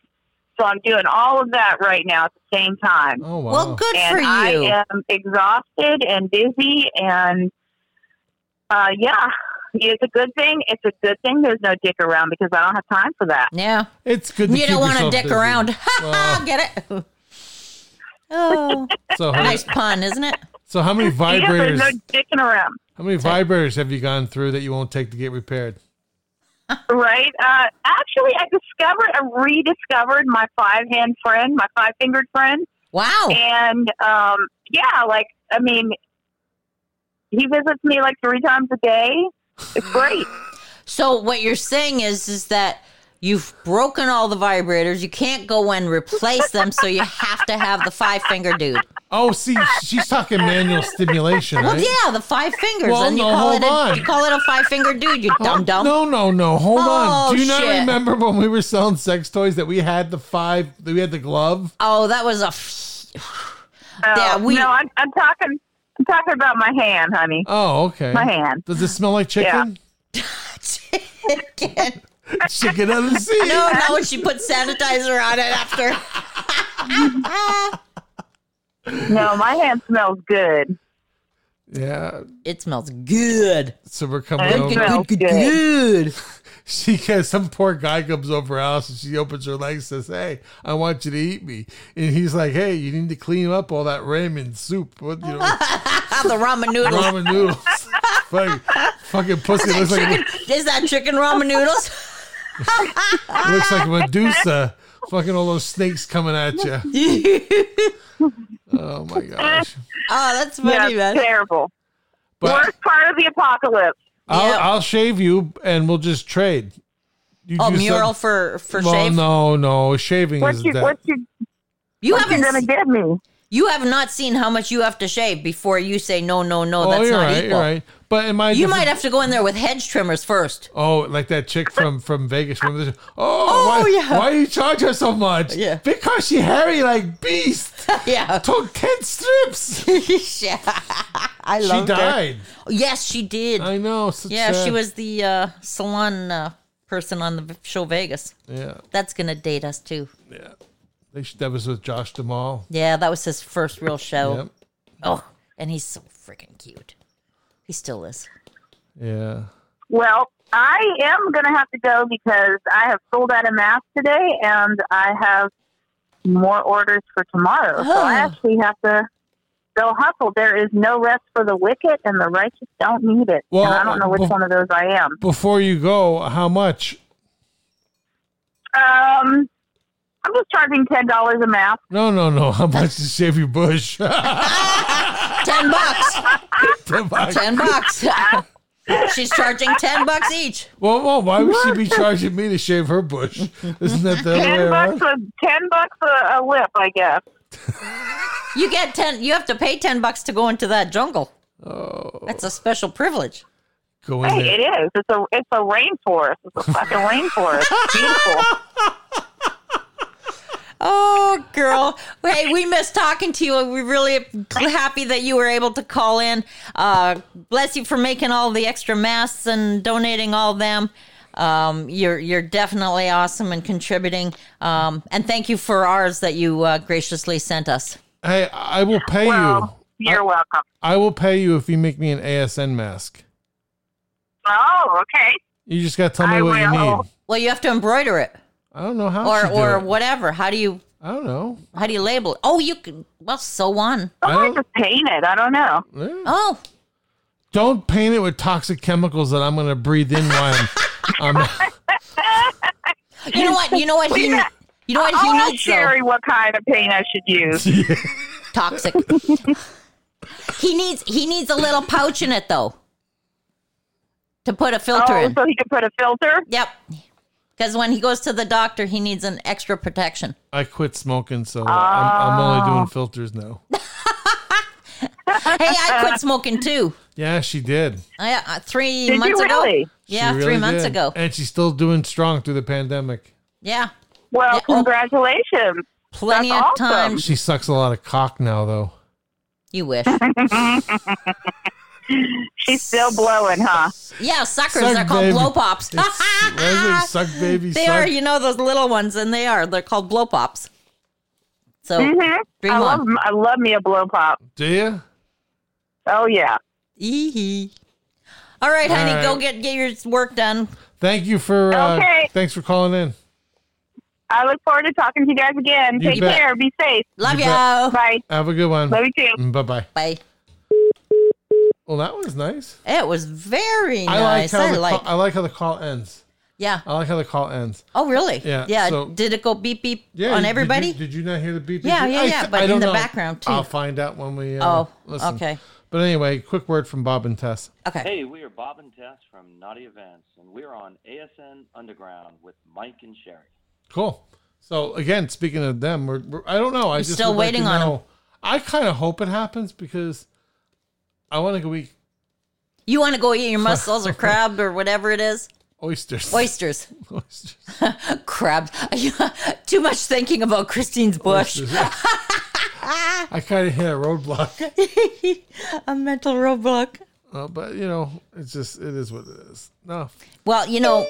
Speaker 7: So I'm doing all of that right now at the same time.
Speaker 5: oh wow.
Speaker 6: well, good
Speaker 7: and
Speaker 6: for you.
Speaker 7: I am exhausted and busy and uh, yeah, it's a good thing. It's a good thing there's no dick around because I don't have time for that.
Speaker 6: yeah.
Speaker 5: it's good. To
Speaker 6: You don't want to
Speaker 5: want
Speaker 6: dick around. [laughs]
Speaker 5: Well.
Speaker 6: Get it? [laughs] Oh,
Speaker 5: So how, many,
Speaker 6: nice pun, isn't it?
Speaker 5: so how
Speaker 6: [laughs]
Speaker 5: many
Speaker 7: Yeah,
Speaker 5: vibrators?
Speaker 7: there's no dicking around,
Speaker 5: how many vibrators have you gone through that you won't take to get repaired?
Speaker 7: right? Uh, actually, I discovered, I rediscovered my five hand friend, my five fingered friend,
Speaker 6: Wow.
Speaker 7: and um, yeah, like I mean, he visits me like three times a day. It's
Speaker 6: [laughs]
Speaker 7: great.
Speaker 6: So what you're saying is is that you've broken all the vibrators. You can't go and replace them, so you have to have the five finger dude.
Speaker 5: Oh, see, she's talking manual stimulation,
Speaker 6: Well,
Speaker 5: right?
Speaker 6: yeah, the five fingers.
Speaker 5: Well,
Speaker 6: and you
Speaker 5: no,
Speaker 6: call it
Speaker 5: hold
Speaker 6: a,
Speaker 5: on. Oh,
Speaker 6: you call it a five finger dude, you dumb dumb.
Speaker 5: No, no, no. Hold
Speaker 6: Oh,
Speaker 5: on. Do you not
Speaker 6: shit.
Speaker 5: remember when we were selling sex toys that we had the five? That we had the glove.
Speaker 6: Oh, that was a f- Yeah,
Speaker 7: Oh,
Speaker 6: we-
Speaker 7: no, I'm, I'm talking, I'm talking about my hand, honey.
Speaker 5: Oh, okay.
Speaker 7: My hand.
Speaker 5: Does it smell like chicken?
Speaker 6: chicken.
Speaker 5: [laughs] Chicken out of the sea.
Speaker 6: [laughs] No, not when she put sanitizer on it after.
Speaker 7: No, my hand smells good.
Speaker 5: Yeah.
Speaker 6: It smells good.
Speaker 5: So we're coming
Speaker 7: It
Speaker 5: over.
Speaker 7: smells good.
Speaker 6: Good.
Speaker 5: [laughs] She gets some poor guy comes over her house and she opens her legs and says, Hey, I want you to eat me. And he's like, Hey, you need to clean up all that ramen soup. What you
Speaker 6: [laughs]
Speaker 5: know
Speaker 6: Have the ramen noodles.
Speaker 5: ramen noodles. [laughs] fucking, fucking pussy looks like
Speaker 6: Is that chicken ramen noodles? [laughs]
Speaker 5: looks like Medusa. Fucking all those snakes coming at you.
Speaker 6: oh,
Speaker 5: Oh my gosh.
Speaker 6: that's funny,
Speaker 7: yeah,
Speaker 6: man.
Speaker 7: terrible.
Speaker 5: But
Speaker 7: Worst part of the apocalypse.
Speaker 5: I'll,
Speaker 6: Yeah.
Speaker 5: I'll shave you and we'll just trade. You
Speaker 6: Oh,
Speaker 5: do some-
Speaker 6: mural for for
Speaker 5: well,
Speaker 6: shave.
Speaker 5: no, no, shaving
Speaker 7: What
Speaker 5: is
Speaker 7: you
Speaker 5: that.
Speaker 7: what you
Speaker 6: You
Speaker 7: what you
Speaker 6: haven't
Speaker 7: gonna
Speaker 6: s-
Speaker 7: give me?
Speaker 6: you have not seen how much you have to shave before you say no, no, no.
Speaker 5: oh,
Speaker 6: that's
Speaker 5: you're
Speaker 6: not
Speaker 5: right,
Speaker 6: equal.
Speaker 5: you're right. But am I?
Speaker 6: You might have to go in there with hedge trimmers first. [laughs]
Speaker 5: Oh, like that chick from from Vegas. Remember this? Oh, why,
Speaker 6: yeah.
Speaker 5: why do you charge her so much?
Speaker 6: Yeah.
Speaker 5: Because she hairy like
Speaker 6: [laughs]
Speaker 5: beast.
Speaker 6: yeah.
Speaker 5: Took 10 strips. She
Speaker 6: I love
Speaker 5: died.
Speaker 6: Yes, she did.
Speaker 5: I know. such
Speaker 6: yeah, she
Speaker 5: sad.
Speaker 6: was the uh, salon uh, person on the v- show Vegas.
Speaker 5: Yeah,
Speaker 6: That's gonna date us too.
Speaker 5: yeah. They should, that was with Josh DeMall.
Speaker 6: Yeah, that was his first real show.
Speaker 5: Yep.
Speaker 6: Oh, and he's so freaking cute. He still is.
Speaker 5: Yeah.
Speaker 7: Well, I am gonna have to go because I have sold out of masks today, and I have more orders for tomorrow. So I actually have to they'll hustle. There is no rest for the wicked, and the righteous don't need it.
Speaker 5: Well,
Speaker 7: and I don't know which
Speaker 5: well-
Speaker 7: one of those I am.
Speaker 5: Before you go, how much?
Speaker 7: Um, I'm just charging ten dollars a mask.
Speaker 5: No, no, no. [laughs] How much to shave your bush? [laughs]
Speaker 6: Ten bucks.
Speaker 5: well,
Speaker 6: Ten bucks. [laughs] She's charging ten bucks each.
Speaker 5: well, why would she be charging me to shave her bush? Isn't that the other way
Speaker 7: Ten bucks
Speaker 5: around?
Speaker 7: a ten bucks a, a lip, I guess.
Speaker 6: You get ten. You have to pay ten bucks to go into that jungle. Oh, that's a special privilege.
Speaker 5: Go in
Speaker 7: Hey,
Speaker 5: there.
Speaker 7: it is. It's a it's a rainforest. It's a
Speaker 6: [laughs]
Speaker 7: fucking rainforest. It's beautiful.
Speaker 6: Oh, girl. Hey, we missed talking to you. We're really happy that you were able to call in. Uh, bless you for making all the extra masks and donating all them. Um, you're you're definitely awesome and contributing. Um, and thank you for ours that you uh, graciously sent us.
Speaker 5: Hey, I will pay you.
Speaker 7: Well, you're welcome.
Speaker 5: I will pay you if you make me an ASN mask.
Speaker 7: Oh, okay.
Speaker 5: You just got to tell me
Speaker 7: I
Speaker 5: what you
Speaker 7: will.
Speaker 5: need.
Speaker 6: Well, you have to embroider it
Speaker 5: I don't know how.
Speaker 6: or
Speaker 5: she did
Speaker 6: or
Speaker 5: it.
Speaker 6: whatever. How do you
Speaker 5: I don't know.
Speaker 6: how do you label it? Oh, you can. Well, sew on.
Speaker 7: I
Speaker 5: I
Speaker 7: might just paint it. I don't know.
Speaker 5: Yeah.
Speaker 6: Oh,
Speaker 5: Don't paint it with toxic chemicals that I'm going to breathe in while I'm. I'm
Speaker 6: you know what? You know what he.
Speaker 7: Yeah.
Speaker 6: You know what
Speaker 7: I'll
Speaker 6: he
Speaker 7: ask
Speaker 6: needs though.
Speaker 7: Oh, Sherry what kind of paint I should use. [laughs]
Speaker 6: toxic. he needs he needs a little pouch in it though to put a [laughs] filter
Speaker 7: Oh,
Speaker 6: in.
Speaker 7: so he could put a filter.
Speaker 6: Yep. Because when he goes to the doctor, he needs an extra protection.
Speaker 5: I quit smoking, so I'm, I'm
Speaker 7: Oh.
Speaker 5: only doing filters now.
Speaker 6: Hey, I
Speaker 7: [laughs]
Speaker 6: quit smoking too.
Speaker 5: Yeah, she did.
Speaker 6: I, uh, three
Speaker 7: Did
Speaker 6: months
Speaker 7: you
Speaker 6: ago.
Speaker 7: really?
Speaker 5: She
Speaker 6: Yeah, three
Speaker 5: really
Speaker 6: months
Speaker 5: did.
Speaker 6: ago.
Speaker 5: And she's still doing strong through the pandemic.
Speaker 6: Yeah,
Speaker 7: Well,
Speaker 6: Yeah.
Speaker 7: congratulations.
Speaker 6: plenty
Speaker 7: That's
Speaker 6: of
Speaker 7: awesome.
Speaker 6: time.
Speaker 5: She sucks a lot of cock now, though.
Speaker 6: You
Speaker 7: [laughs]
Speaker 6: wish.
Speaker 7: She's still blowing, huh?
Speaker 6: Yeah, suckers.
Speaker 5: Suck,
Speaker 6: They're called
Speaker 5: baby.
Speaker 6: blow [laughs] pops.
Speaker 5: It's- [laughs] what is it? Suck baby,
Speaker 6: they
Speaker 5: suck.
Speaker 6: are, you know, those little ones, and they are. They're called blow pops. So
Speaker 7: Mm-hmm.
Speaker 6: dream
Speaker 7: I
Speaker 6: Oh, on.
Speaker 7: love I love me a blow pop.
Speaker 5: Do you?
Speaker 7: Oh yeah.
Speaker 6: Hee All right, honey,
Speaker 5: All
Speaker 6: go
Speaker 5: right.
Speaker 6: get get your work done.
Speaker 5: Thank you for. Uh,
Speaker 7: Okay.
Speaker 5: Thanks for calling in.
Speaker 7: I look forward to talking to you guys again.
Speaker 5: You
Speaker 7: Take
Speaker 5: bet.
Speaker 7: care. Be safe.
Speaker 6: Love
Speaker 5: You
Speaker 6: ya.
Speaker 7: Bye.
Speaker 5: Have a good one.
Speaker 7: Love you too.
Speaker 5: Bye bye.
Speaker 6: Bye.
Speaker 5: Well, that was nice.
Speaker 6: It was very
Speaker 5: I like
Speaker 6: nice.
Speaker 5: how
Speaker 6: I
Speaker 5: the
Speaker 6: like.
Speaker 5: Call, I like how the call ends.
Speaker 6: yeah.
Speaker 5: I like how the call ends.
Speaker 6: Oh, really?
Speaker 5: Yeah,
Speaker 6: Yeah.
Speaker 5: so-
Speaker 6: Did it go beep beep
Speaker 5: Yeah, did
Speaker 6: on
Speaker 5: you-
Speaker 6: everybody?
Speaker 5: Did you, not hear the beep?
Speaker 6: Yeah,
Speaker 5: beep?
Speaker 6: yeah,
Speaker 5: I-
Speaker 6: yeah, but
Speaker 5: I
Speaker 6: in
Speaker 5: don't
Speaker 6: the
Speaker 5: know.
Speaker 6: background, too.
Speaker 5: I'll find out when we. Uh,
Speaker 6: Oh,
Speaker 5: listen.
Speaker 6: okay.
Speaker 5: But anyway, quick word from Bob and Tess.
Speaker 6: okay.
Speaker 1: Hey, we are Bob and Tess from Naughty Events, and we're on ASN Underground with Mike and Sherry.
Speaker 5: Cool. So again, speaking of them, we're, we're I don't know. I just
Speaker 6: still
Speaker 5: would like to
Speaker 6: waiting on 'em.
Speaker 5: know. I kind of hope it happens because I want to go eat
Speaker 6: You want to go eat your
Speaker 5: [laughs]
Speaker 6: mussels or crab or whatever it is?
Speaker 5: oysters.
Speaker 6: Oysters,
Speaker 5: [laughs] Oysters.
Speaker 6: crab. [laughs] Too much thinking about Christine's bush.
Speaker 5: Oysters. I kind of hit a roadblock,
Speaker 6: A mental roadblock.
Speaker 5: uh, but you know, it's just it is what it is. No,
Speaker 6: Well, you know,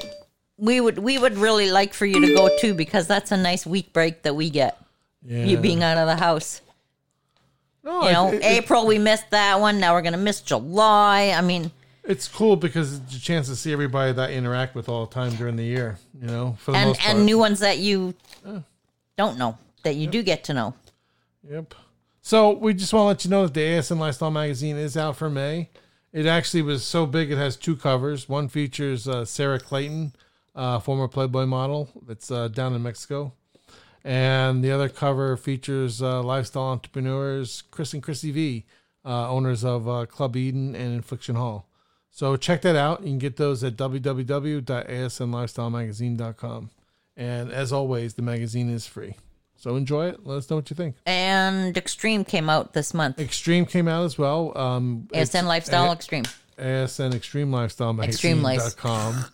Speaker 6: we would we would really like for you to go too because that's a nice week break that we get.
Speaker 5: yeah.
Speaker 6: You being out of the house.
Speaker 5: no, Oh,
Speaker 6: You
Speaker 5: it-
Speaker 6: know,
Speaker 5: it- it-
Speaker 6: April we missed that one. Now we're gonna miss July. I mean,
Speaker 5: It's cool because it's a chance to see everybody that I interact with all the time during the year, you know, for the
Speaker 6: and
Speaker 5: most part.
Speaker 6: and new ones that you don't know that you do get to know.
Speaker 5: yep. So we just want to let you know that the ASN Lifestyle magazine is out for May. It actually was so big it has two covers. One features uh, Sarah Clayton, uh, former Playboy model that's uh, down in Mexico, and the other cover features uh, lifestyle entrepreneurs Chris and Chrissy V, uh, owners of uh, Club Eden and Infliction Hall. So check that out. You can get those at www.asnlifestylemagazine.com. And as always, the magazine is free. So enjoy it. Let us know what you think.
Speaker 6: And Extreme came out this month.
Speaker 5: Extreme came out as well. Um,
Speaker 6: ASN Lifestyle Extreme.
Speaker 5: ASN Extreme Lifestyle
Speaker 6: Extreme Life.
Speaker 5: Magazine.com.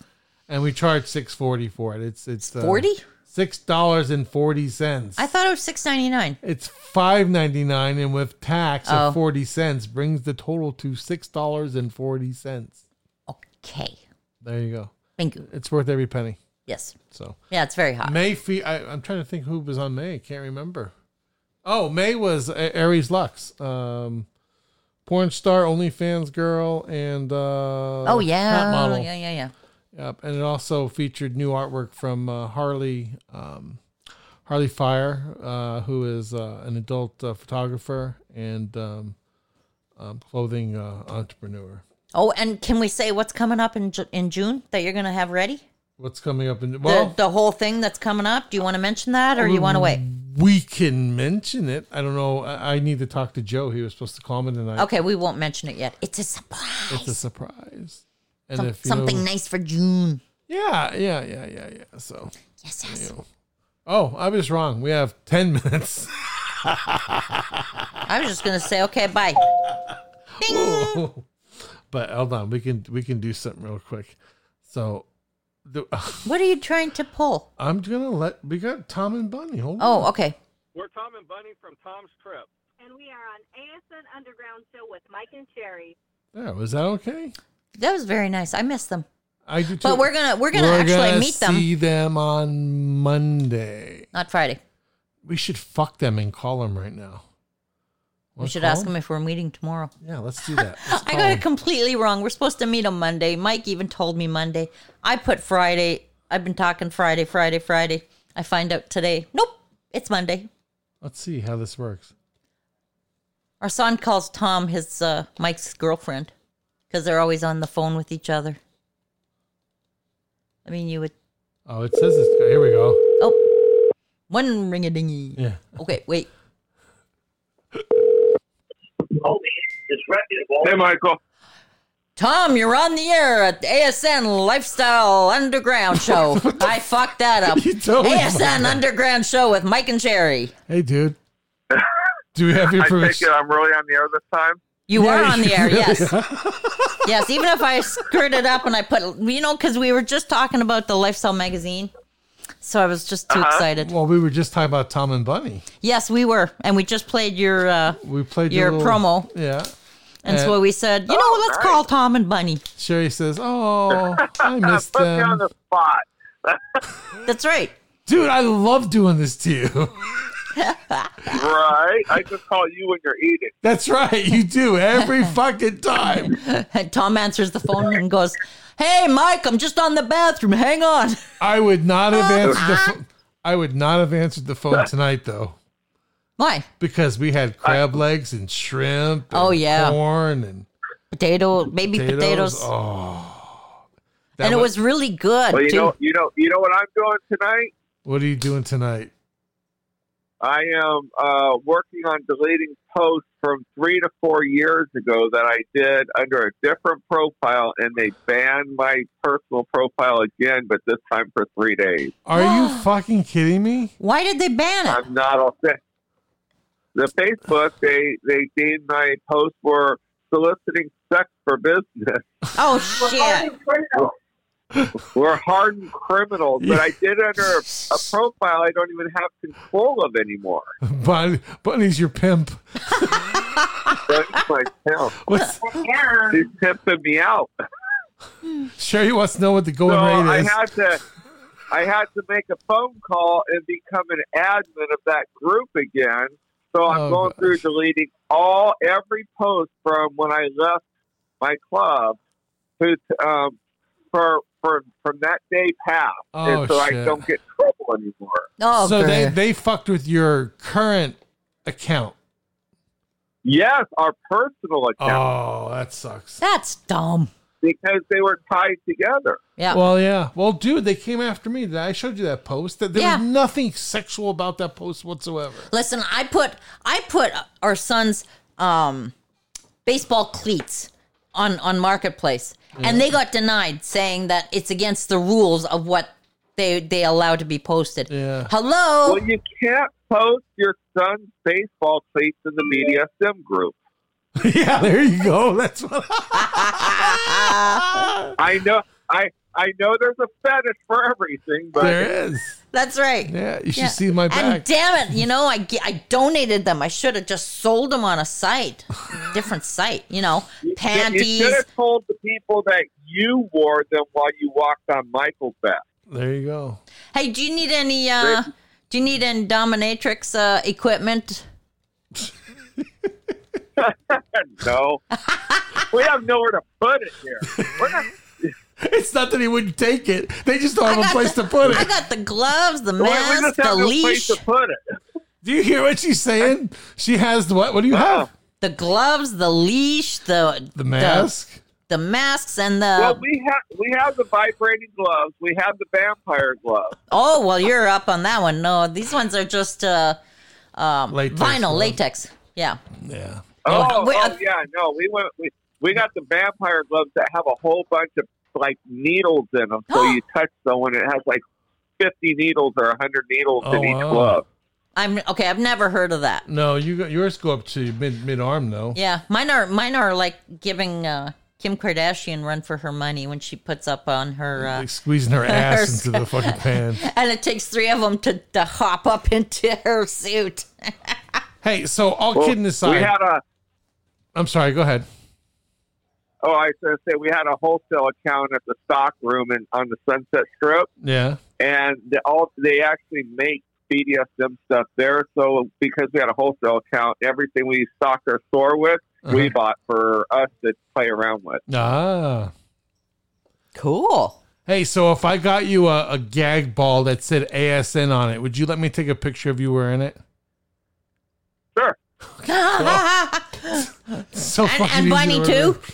Speaker 5: And we charge six forty for it. It's it's uh,
Speaker 6: Forty?
Speaker 5: six dollars and forty cents.
Speaker 6: I thought it was six ninety nine.
Speaker 5: It's five ninety nine, and with tax
Speaker 6: Oh.
Speaker 5: of forty cents, brings the total to six dollars and forty cents.
Speaker 6: Okay.
Speaker 5: There you go.
Speaker 6: Thank you.
Speaker 5: It's worth every penny.
Speaker 6: Yes.
Speaker 5: So
Speaker 6: Yeah, it's very hot.
Speaker 5: May fee. I, I'm trying to think who was on May. I can't remember. Oh, May was A- Aries Lux, um, porn star, OnlyFans girl, and uh,
Speaker 6: Oh
Speaker 5: hot
Speaker 6: yeah.
Speaker 5: model.
Speaker 6: Yeah, yeah, yeah.
Speaker 5: Yep, and it also featured new artwork from uh, Harley um, Harley Fire, uh, who is uh, an adult uh, photographer and um, um, clothing uh, entrepreneur.
Speaker 6: Oh, and can we say what's coming up in Ju- in June that you're going to have ready?
Speaker 5: What's coming up in
Speaker 6: The
Speaker 5: well?
Speaker 6: the whole thing that's coming up. Do you want to mention that, or you want to wait?
Speaker 5: we can mention it. I don't know. I, I need to talk to Joe. He was supposed to call me tonight.
Speaker 6: Okay, we won't mention it yet. It's a surprise.
Speaker 5: It's a surprise. And
Speaker 6: Some-
Speaker 5: if you
Speaker 6: something
Speaker 5: know-
Speaker 6: nice for June.
Speaker 5: Yeah, yeah, yeah, yeah, yeah. So,
Speaker 6: Yes, yes.
Speaker 5: you know. oh, I was wrong. We have ten [laughs] minutes.
Speaker 6: I was just going to say, okay, bye.
Speaker 5: [laughs] but hold on, we can we can do something real quick. So, the, [sighs]
Speaker 6: What are you trying to pull?
Speaker 5: I'm gonna let we got Tom and Bunny. Hold on.
Speaker 6: Oh, okay.
Speaker 9: We're Tom and Bunny from Tom's Trip.
Speaker 6: Mm-hmm.
Speaker 10: And we are on ASN Underground Show with Mike and Sherry.
Speaker 5: yeah, was that okay?
Speaker 6: That was very nice. I miss them.
Speaker 5: I do. Too.
Speaker 6: But we're gonna- we're gonna actually
Speaker 5: gonna
Speaker 6: meet them.
Speaker 5: See them on Monday.
Speaker 6: Not Friday.
Speaker 5: We should fuck them and call them right now.
Speaker 6: We
Speaker 5: Wanna
Speaker 6: should
Speaker 5: call
Speaker 6: ask them if we're meeting tomorrow.
Speaker 5: Yeah, let's do
Speaker 6: [laughs]
Speaker 5: that. Let's
Speaker 6: I
Speaker 5: call
Speaker 6: got it
Speaker 5: 'em.
Speaker 6: completely wrong. We're supposed to meet on Monday. Mike even told me Monday. I put Friday. I've been talking Friday, Friday, Friday. I find out today. Nope, it's Monday.
Speaker 5: Let's see how this works.
Speaker 6: Our son calls Tom his uh, Mike's girlfriend because they're always on the phone with each other. I mean, you would.
Speaker 5: Oh, it says it's here. We go.
Speaker 6: Oh, one ring a dingy.
Speaker 5: Yeah.
Speaker 6: Okay, wait.
Speaker 9: Hey, Michael.
Speaker 6: Tom, you're on the air at the ASN Lifestyle Underground
Speaker 5: [laughs]
Speaker 6: Show. I fucked that up.
Speaker 5: You totally fucked
Speaker 6: ASN
Speaker 5: that.
Speaker 6: Underground Show with Mike and Sherry.
Speaker 5: Hey,
Speaker 9: [laughs]
Speaker 5: dude. Do we have your
Speaker 9: I take
Speaker 5: permission?
Speaker 9: it I'm really on the air this time.
Speaker 5: [laughs]
Speaker 6: You
Speaker 5: Yeah,
Speaker 6: are on
Speaker 5: you
Speaker 6: the air,
Speaker 5: really
Speaker 6: yes. yes, even if I screwed it up and I put, you know, because we were just talking about the Lifestyle magazine. So I was just too excited.
Speaker 5: Well, we were just talking about Tom and Bunny.
Speaker 6: Yes, we were. And we just played your, uh,
Speaker 5: We played
Speaker 6: Your
Speaker 5: little-
Speaker 6: promo.
Speaker 5: Yeah.
Speaker 6: and
Speaker 5: And-
Speaker 6: so we said, you know, let's call Tom and Bunny.
Speaker 5: Sherry says, "Oh,
Speaker 9: [laughs]
Speaker 5: I miss
Speaker 9: Put me on
Speaker 5: them,
Speaker 9: the spot.
Speaker 6: That's right.
Speaker 5: dude. I love doing this to you. [laughs]
Speaker 9: Right? I just call you when you're eating.
Speaker 5: That's right. You do
Speaker 6: [laughs]
Speaker 5: every fucking time.
Speaker 6: And Tom answers the phone and goes, hey, Mike, I'm just on the bathroom. Hang on.
Speaker 5: I would not
Speaker 6: Uh,
Speaker 5: have answered the.
Speaker 6: uh-huh.
Speaker 5: Pho- I would not have answered the phone tonight though,
Speaker 6: Why?
Speaker 5: because we had crab legs and shrimp. And
Speaker 6: Oh, yeah.
Speaker 5: corn and
Speaker 6: Potato, baby
Speaker 5: potatoes.
Speaker 6: potatoes.
Speaker 5: Oh, That
Speaker 6: and it was really good,
Speaker 9: Well, you
Speaker 6: too.
Speaker 9: know, you know, you know what I'm doing tonight.
Speaker 5: What are you doing tonight?
Speaker 9: I am uh, working on deleting posts from three to four years ago that I did under a different profile, and they banned my personal profile again, but this time for three days.
Speaker 5: Are
Speaker 6: [gasps]
Speaker 5: you fucking kidding me? [laughs]
Speaker 6: Why did they ban it?
Speaker 9: I'm not all set. The Facebook they they deemed my posts were soliciting sex for business.
Speaker 6: Oh, shit.
Speaker 9: We're hardened criminals, but I did it under a profile I don't even have control of anymore.
Speaker 5: Bunny, Bunny's your pimp.
Speaker 9: That's my count.
Speaker 6: [laughs]
Speaker 5: What's,
Speaker 9: She's tipping me out.
Speaker 5: Sherry wants to know what the
Speaker 9: So
Speaker 5: going rate
Speaker 9: I
Speaker 5: is.
Speaker 9: had to I had to make a phone call and become an admin of that group again. So I'm
Speaker 5: Oh,
Speaker 9: going
Speaker 5: gosh.
Speaker 9: through deleting all every post from when I left my club to um, for for from that day past,
Speaker 5: Oh,
Speaker 9: and so
Speaker 5: shit.
Speaker 9: I don't get in trouble anymore.
Speaker 6: Oh,
Speaker 5: so they,
Speaker 6: good.
Speaker 5: they fucked with your current account.
Speaker 9: Yes, our personal account
Speaker 5: Oh, that sucks.
Speaker 6: That's dumb.
Speaker 9: because they were tied together.
Speaker 6: Yeah.
Speaker 5: Well, yeah. Well, dude, they came after me. Did I showed you that post. That there
Speaker 6: Yeah.
Speaker 5: was nothing sexual about that post
Speaker 6: [laughs]
Speaker 5: whatsoever.
Speaker 6: Listen, I put I put our son's um, baseball cleats on on marketplace, and they got denied, saying that it's against the rules of what they they allow to be posted.
Speaker 5: Yeah. [laughs]
Speaker 6: Hello. [laughs]
Speaker 9: [laughs] Well, you can't post your son's baseball cleats in the BDSM group.
Speaker 5: yeah, there you go. That's what. [laughs]
Speaker 9: I know. I I know there's a fetish for everything, but
Speaker 5: there is.
Speaker 6: That's right.
Speaker 5: Yeah, you should
Speaker 6: Yeah.
Speaker 5: see my
Speaker 6: And
Speaker 5: back.
Speaker 6: damn it, you know, I, ge- I donated them. I should have just sold them on a
Speaker 9: [laughs]
Speaker 6: site, different site, you know,
Speaker 9: You
Speaker 6: panties.
Speaker 9: should have told the people that you wore them while you walked on Michael's back.
Speaker 5: there you go.
Speaker 6: Hey, do you need any? Uh, do you need any dominatrix uh, equipment? [laughs]
Speaker 9: No, we have nowhere to put it here. We're not,
Speaker 5: It's not that he wouldn't take it. They just don't have a
Speaker 6: got
Speaker 5: place
Speaker 6: the-
Speaker 5: to put
Speaker 6: I
Speaker 5: it.
Speaker 6: got the gloves, the
Speaker 9: we we
Speaker 6: mask,
Speaker 9: just
Speaker 6: the
Speaker 9: have no
Speaker 6: leash.
Speaker 9: place to put it.
Speaker 5: Do you hear what she's saying? She has the what? What do you have?
Speaker 6: the gloves, the leash, the
Speaker 5: The mask?
Speaker 6: the, masks, and the
Speaker 9: well, we have we have the vibrating gloves. We have the vampire gloves.
Speaker 6: oh well, you're up on that one. No, these ones are just uh, um,
Speaker 9: Latex
Speaker 6: vinyl
Speaker 9: gloves.
Speaker 6: latex. Yeah,
Speaker 5: yeah.
Speaker 9: Oh,
Speaker 6: Oh, wait,
Speaker 9: oh,
Speaker 6: I-
Speaker 9: yeah, no, we went. We, we got the vampire gloves that have a whole bunch of like needles in them. So you touch someone, it has like fifty needles or hundred needles in
Speaker 5: Oh,
Speaker 9: each
Speaker 5: wow.
Speaker 9: glove.
Speaker 6: I'm okay. I've never heard of that.
Speaker 5: No, you got, yours go up to mid mid arm though.
Speaker 6: Yeah, mine are mine are like giving uh, Kim Kardashian run for her money when she puts up on her uh,
Speaker 5: Like squeezing
Speaker 6: [laughs]
Speaker 5: her ass into the fucking pan.
Speaker 6: and it takes three of them to, to hop up [laughs] into her suit.
Speaker 5: Hey, so all
Speaker 9: Well,
Speaker 5: kidding aside,
Speaker 9: we had a
Speaker 5: I'm sorry. Go ahead.
Speaker 9: oh, I was going to say we had a wholesale account at the stock room and on the Sunset Strip.
Speaker 5: Yeah.
Speaker 9: and the, all they actually make BDSM stuff there. So because we had a wholesale account, everything we stocked our store with,
Speaker 5: Uh-huh.
Speaker 9: we bought for us to play around with.
Speaker 5: Ah.
Speaker 6: [laughs] Cool.
Speaker 5: Hey, so if I got you a, a gag ball that said ASN on it, would you let me take a picture of you wearing it? [laughs]
Speaker 9: Sure.
Speaker 5: So
Speaker 6: and,
Speaker 5: fucking
Speaker 6: and
Speaker 5: easy
Speaker 6: Bunny
Speaker 5: to remember.
Speaker 6: too.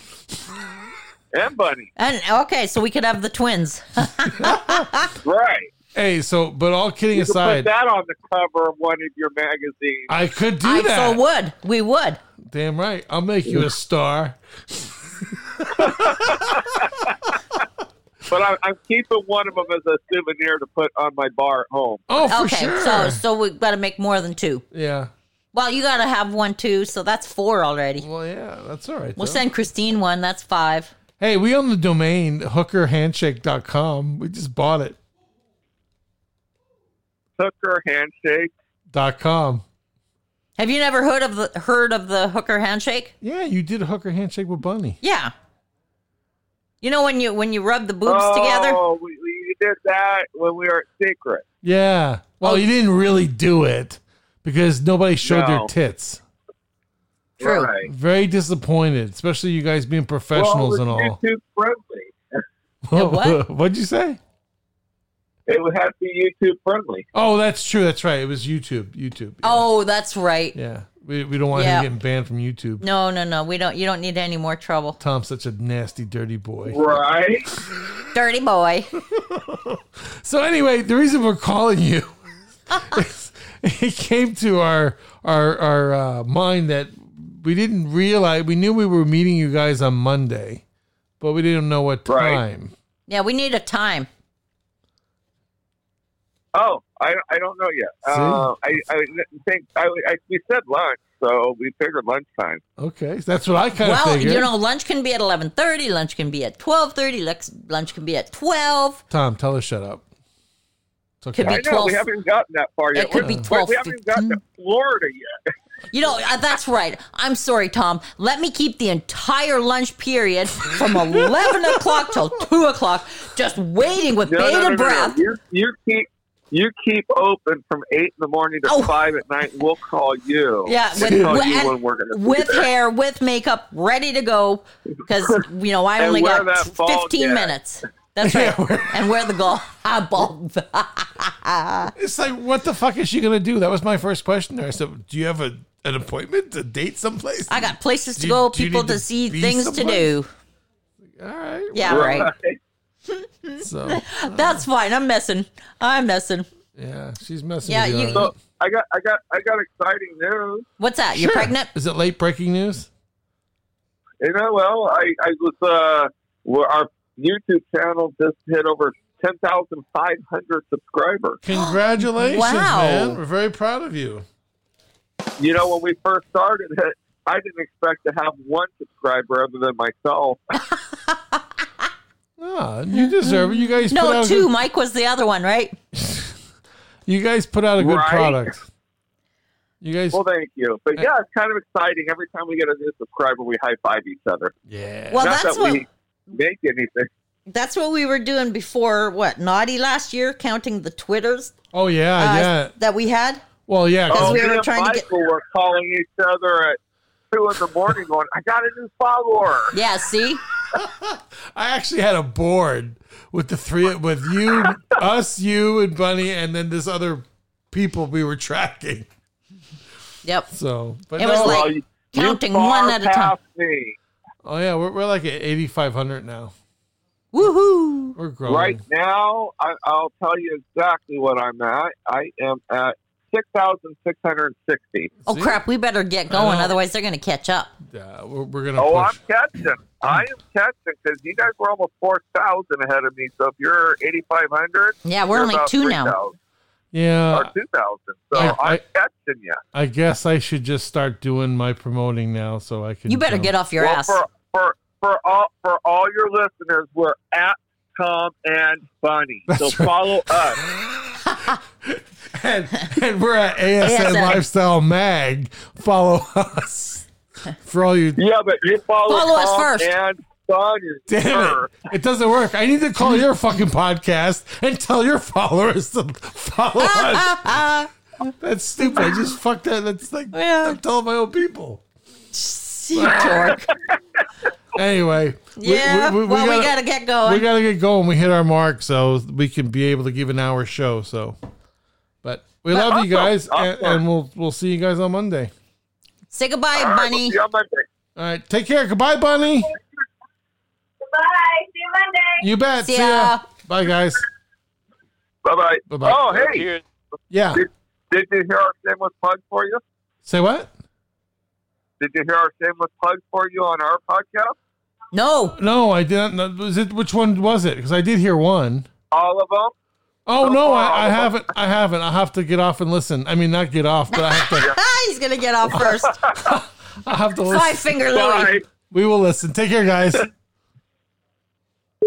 Speaker 9: And Bunny.
Speaker 6: And okay, so we could have the twins.
Speaker 9: Right.
Speaker 5: Hey, so but all kidding
Speaker 9: You could
Speaker 5: aside,
Speaker 9: put that on the cover of one of your magazines.
Speaker 5: I could do
Speaker 6: I
Speaker 5: that.
Speaker 6: so would. We would.
Speaker 5: Damn right, I'll make you a star.
Speaker 9: But I, I'm keeping one of them as a souvenir to put on my bar at home.
Speaker 5: Oh, for
Speaker 6: okay,
Speaker 5: sure.
Speaker 6: so so we got to make more than two.
Speaker 5: yeah.
Speaker 6: Well, you got to have one too, so that's four already.
Speaker 5: Well, yeah, that's all right.
Speaker 6: We'll
Speaker 5: though.
Speaker 6: send Christine one. That's five.
Speaker 5: Hey, we own the domain hookerhandshake.com. We just bought it.
Speaker 9: Hooker handshake.
Speaker 5: Dot com.
Speaker 6: Have you never heard of the heard of the hooker handshake?
Speaker 5: Yeah, you did a hooker handshake with Bunny.
Speaker 6: Yeah. You know when you when you rub the boobs
Speaker 9: oh,
Speaker 6: together.
Speaker 9: We, we did that when we were at Secret.
Speaker 5: Yeah.
Speaker 9: Oh.
Speaker 5: Well, you didn't really do it because nobody showed their
Speaker 9: No.
Speaker 5: tits.
Speaker 6: True.
Speaker 9: Right.
Speaker 5: Very disappointed, especially you guys being professionals
Speaker 9: well, it
Speaker 5: and
Speaker 9: was
Speaker 5: all.
Speaker 9: YouTube friendly.
Speaker 5: [laughs]
Speaker 6: what?
Speaker 5: What'd you say?
Speaker 9: It would have to be YouTube friendly.
Speaker 5: Oh, that's true. That's right. It was YouTube. YouTube.
Speaker 6: Oh, that's right.
Speaker 5: Yeah. We, we don't want
Speaker 6: Yeah.
Speaker 5: him getting banned from YouTube.
Speaker 6: No, no, no. We don't. You don't need any more trouble.
Speaker 5: Tom's such a nasty, dirty boy.
Speaker 9: Right.
Speaker 6: Dirty
Speaker 9: [laughs]
Speaker 6: boy.
Speaker 5: So anyway, the reason we're calling you, [laughs] is it came to our our our uh, mind that we didn't realize we knew we were meeting you guys on Monday, but we didn't know what
Speaker 9: Right.
Speaker 5: time.
Speaker 6: Yeah, we need a time.
Speaker 9: Oh, I, I don't know yet. Uh, I, I think I, I, we said lunch, so we figured lunchtime.
Speaker 5: Okay, so that's what I kind of
Speaker 6: well,
Speaker 5: figured.
Speaker 6: you know, lunch can be at eleven thirty. Lunch can be at twelve thirty. Lunch can be at twelve.
Speaker 5: Tom, tell her shut up. It's okay.
Speaker 6: Could be
Speaker 9: I know
Speaker 6: 12.
Speaker 9: we haven't gotten that far yet.
Speaker 6: It could be
Speaker 9: We're- we're-
Speaker 6: 12,
Speaker 9: We haven't even gotten to Florida yet.
Speaker 6: You know, uh, that's right. I'm sorry, Tom. Let me keep the entire lunch period from [laughs] 11 o'clock till 2 o'clock, just waiting with
Speaker 9: No, no,
Speaker 6: bated
Speaker 9: no, no, no.
Speaker 6: breath.
Speaker 9: You, you keep you keep open from eight in the morning to
Speaker 6: Oh.
Speaker 9: five at night. We'll call you. [laughs]
Speaker 6: Yeah,
Speaker 9: We'll
Speaker 6: with,
Speaker 9: call
Speaker 6: with,
Speaker 9: you
Speaker 6: and
Speaker 9: when we're gonna be
Speaker 6: with
Speaker 9: there.
Speaker 6: hair, with makeup, ready to go. Because, you know, I
Speaker 9: [laughs] And
Speaker 6: only
Speaker 9: wear
Speaker 6: got
Speaker 9: that bald
Speaker 6: 15
Speaker 9: cap.
Speaker 6: minutes. That's right. and wear the [laughs] golf ah, bald.
Speaker 5: It's like, what the fuck is she gonna do? That was my first question. There, I said, "Do you have a, an appointment to date someplace?"
Speaker 6: I got places to
Speaker 5: Do you-
Speaker 6: go,
Speaker 5: do you
Speaker 6: people
Speaker 5: need
Speaker 6: to,
Speaker 5: to
Speaker 6: see,
Speaker 5: be
Speaker 6: things to do.
Speaker 5: All right.
Speaker 6: Yeah, right.
Speaker 5: So
Speaker 6: That's fine. I'm messing. I'm messing.
Speaker 5: yeah, she's messing.
Speaker 6: Yeah,
Speaker 5: with you.
Speaker 6: you-
Speaker 5: all right.
Speaker 9: So I got I got I got exciting news.
Speaker 6: What's that? You're
Speaker 5: Sure.
Speaker 6: pregnant?
Speaker 5: Is it late breaking
Speaker 6: [gasps]
Speaker 5: news?
Speaker 9: You know, well, I, I was uh, well, our YouTube channel just hit over ten thousand five hundred subscribers.
Speaker 5: Congratulations,
Speaker 6: Wow.
Speaker 5: man. We're very proud of you.
Speaker 9: You know, when we first started it, I didn't expect to have one subscriber other than myself.
Speaker 5: Ah, you deserve it. You guys put
Speaker 6: No,
Speaker 5: out
Speaker 6: two.
Speaker 5: A good,
Speaker 6: Mike was the other one, right?
Speaker 5: you guys put out a good
Speaker 9: Right.
Speaker 5: product. You guys
Speaker 9: Well, thank you. But yeah, it's kind of exciting. Every time we get a new subscriber, we high five each other.
Speaker 5: Yeah.
Speaker 6: Well,
Speaker 9: Not
Speaker 6: that's
Speaker 9: that we
Speaker 6: what-
Speaker 9: make anything.
Speaker 6: That's what we were doing before what naughty last year, counting the twitters
Speaker 5: Oh yeah,
Speaker 6: uh,
Speaker 5: yeah.
Speaker 6: that we had.
Speaker 5: Well, yeah.
Speaker 6: Because
Speaker 9: Oh,
Speaker 6: we
Speaker 9: me
Speaker 6: were
Speaker 9: and
Speaker 6: trying to get-
Speaker 9: Michael were calling each other at two in the morning, going, "I got a new follower."
Speaker 6: Yeah, see,
Speaker 5: I actually had a board with the three with you, us, you and Bunny and then this other people we were tracking.
Speaker 6: yep.
Speaker 5: So, but
Speaker 6: It
Speaker 5: no,
Speaker 6: was like-
Speaker 9: Well, you,
Speaker 6: Counting
Speaker 5: far
Speaker 6: one at a time.
Speaker 5: past Oh yeah, we're, we're like at eighty five hundred now.
Speaker 6: Woohoo!
Speaker 5: We're growing.
Speaker 9: Right now, I, I'll tell you exactly what I'm at. I am at six thousand six hundred sixty.
Speaker 6: Oh crap! We better get going, otherwise they're going to catch up.
Speaker 5: Yeah, we're, we're gonna.
Speaker 9: Oh,
Speaker 5: push.
Speaker 9: I'm catching. I am catching because you guys were almost four thousand ahead of me. So if you're eighty five hundred,
Speaker 6: Yeah, we're only two now.
Speaker 9: or
Speaker 5: Yeah,
Speaker 9: two thousand. So
Speaker 5: I-
Speaker 9: Uh, I,
Speaker 5: I-
Speaker 9: am catching you.
Speaker 5: I guess I should just start doing my promoting now, so I can.
Speaker 6: You better
Speaker 5: jump.
Speaker 6: get off your
Speaker 9: well,
Speaker 6: ass. [laughs]
Speaker 9: For, for for all for all your listeners, we're at Tom and Bunny.
Speaker 5: [laughs]
Speaker 9: So follow us.
Speaker 5: [laughs] and, and we're at ASN
Speaker 6: ASN.
Speaker 5: Lifestyle Mag. Follow
Speaker 6: [laughs]
Speaker 5: us for all you.
Speaker 9: Yeah, but you follow,
Speaker 6: Follow us
Speaker 9: Tom
Speaker 6: first.
Speaker 9: and Bunny.
Speaker 5: Damn it!
Speaker 9: first.
Speaker 5: It doesn't work. I need to call your fucking podcast and tell your followers to
Speaker 6: [laughs]
Speaker 5: follow us. That's stupid. I just fucked that. That's like
Speaker 6: Yeah.
Speaker 5: I'm telling my own people.
Speaker 6: You dork.
Speaker 5: Anyway, we-
Speaker 6: Yeah. well, we gotta get going.
Speaker 5: we gotta get going. We hit our mark, so we can be able to give an hour show. So, but we love you guys, and, and we'll we'll see you guys on Monday.
Speaker 6: Say goodbye,
Speaker 9: All right, we'll
Speaker 6: bunny.
Speaker 9: see you on Monday.
Speaker 5: All right, take care. Goodbye, Bunny.
Speaker 10: Goodbye. See you Monday.
Speaker 5: You bet.
Speaker 6: See
Speaker 5: See ya.
Speaker 6: ya.
Speaker 5: Bye, guys.
Speaker 9: Bye bye.
Speaker 5: Bye-bye.
Speaker 9: Oh hey,
Speaker 5: Yeah.
Speaker 9: did, did you hear our shameless plug for you?
Speaker 5: Say what?
Speaker 9: Did you hear our shameless plug for you on our podcast?
Speaker 6: No.
Speaker 5: No, I didn't. know- Was it which one was it? Because I did hear one.
Speaker 9: All of them.
Speaker 5: Oh
Speaker 9: So
Speaker 5: no,
Speaker 9: far, all
Speaker 5: I, I
Speaker 9: of
Speaker 5: haven't. I haven't. I have to get off and listen. I mean, not get off, but I have
Speaker 9: [laughs]
Speaker 5: to.
Speaker 6: Ah, He's gonna get off first.
Speaker 5: I have to listen.
Speaker 6: Five finger Louie.
Speaker 9: Bye.
Speaker 5: We will listen. Take care,
Speaker 9: [laughs]
Speaker 5: guys.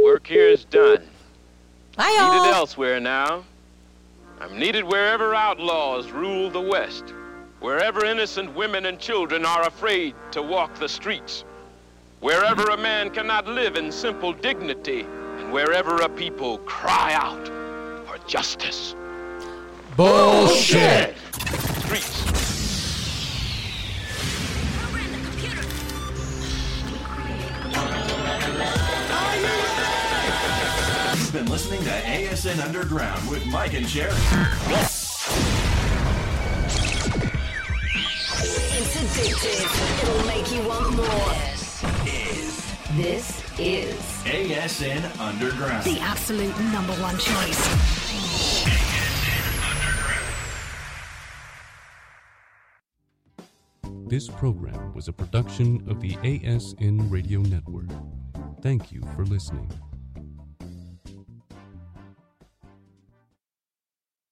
Speaker 11: Work here is done.
Speaker 6: Hi
Speaker 11: Needed
Speaker 6: all.
Speaker 11: elsewhere now. I'm needed wherever outlaws rule the West, wherever innocent women and children are afraid to walk the streets, wherever a man cannot live in simple dignity, and wherever a people cry out for justice.
Speaker 5: Bullshit.
Speaker 11: Streets.
Speaker 4: You've been listening to ASN Underground with Mike and Sherry.
Speaker 12: It's addictive. It'll make you want more. This is
Speaker 4: ASN Underground.
Speaker 12: the absolute number one choice.
Speaker 13: This program was a production of the ASN Radio Network. Thank you for listening.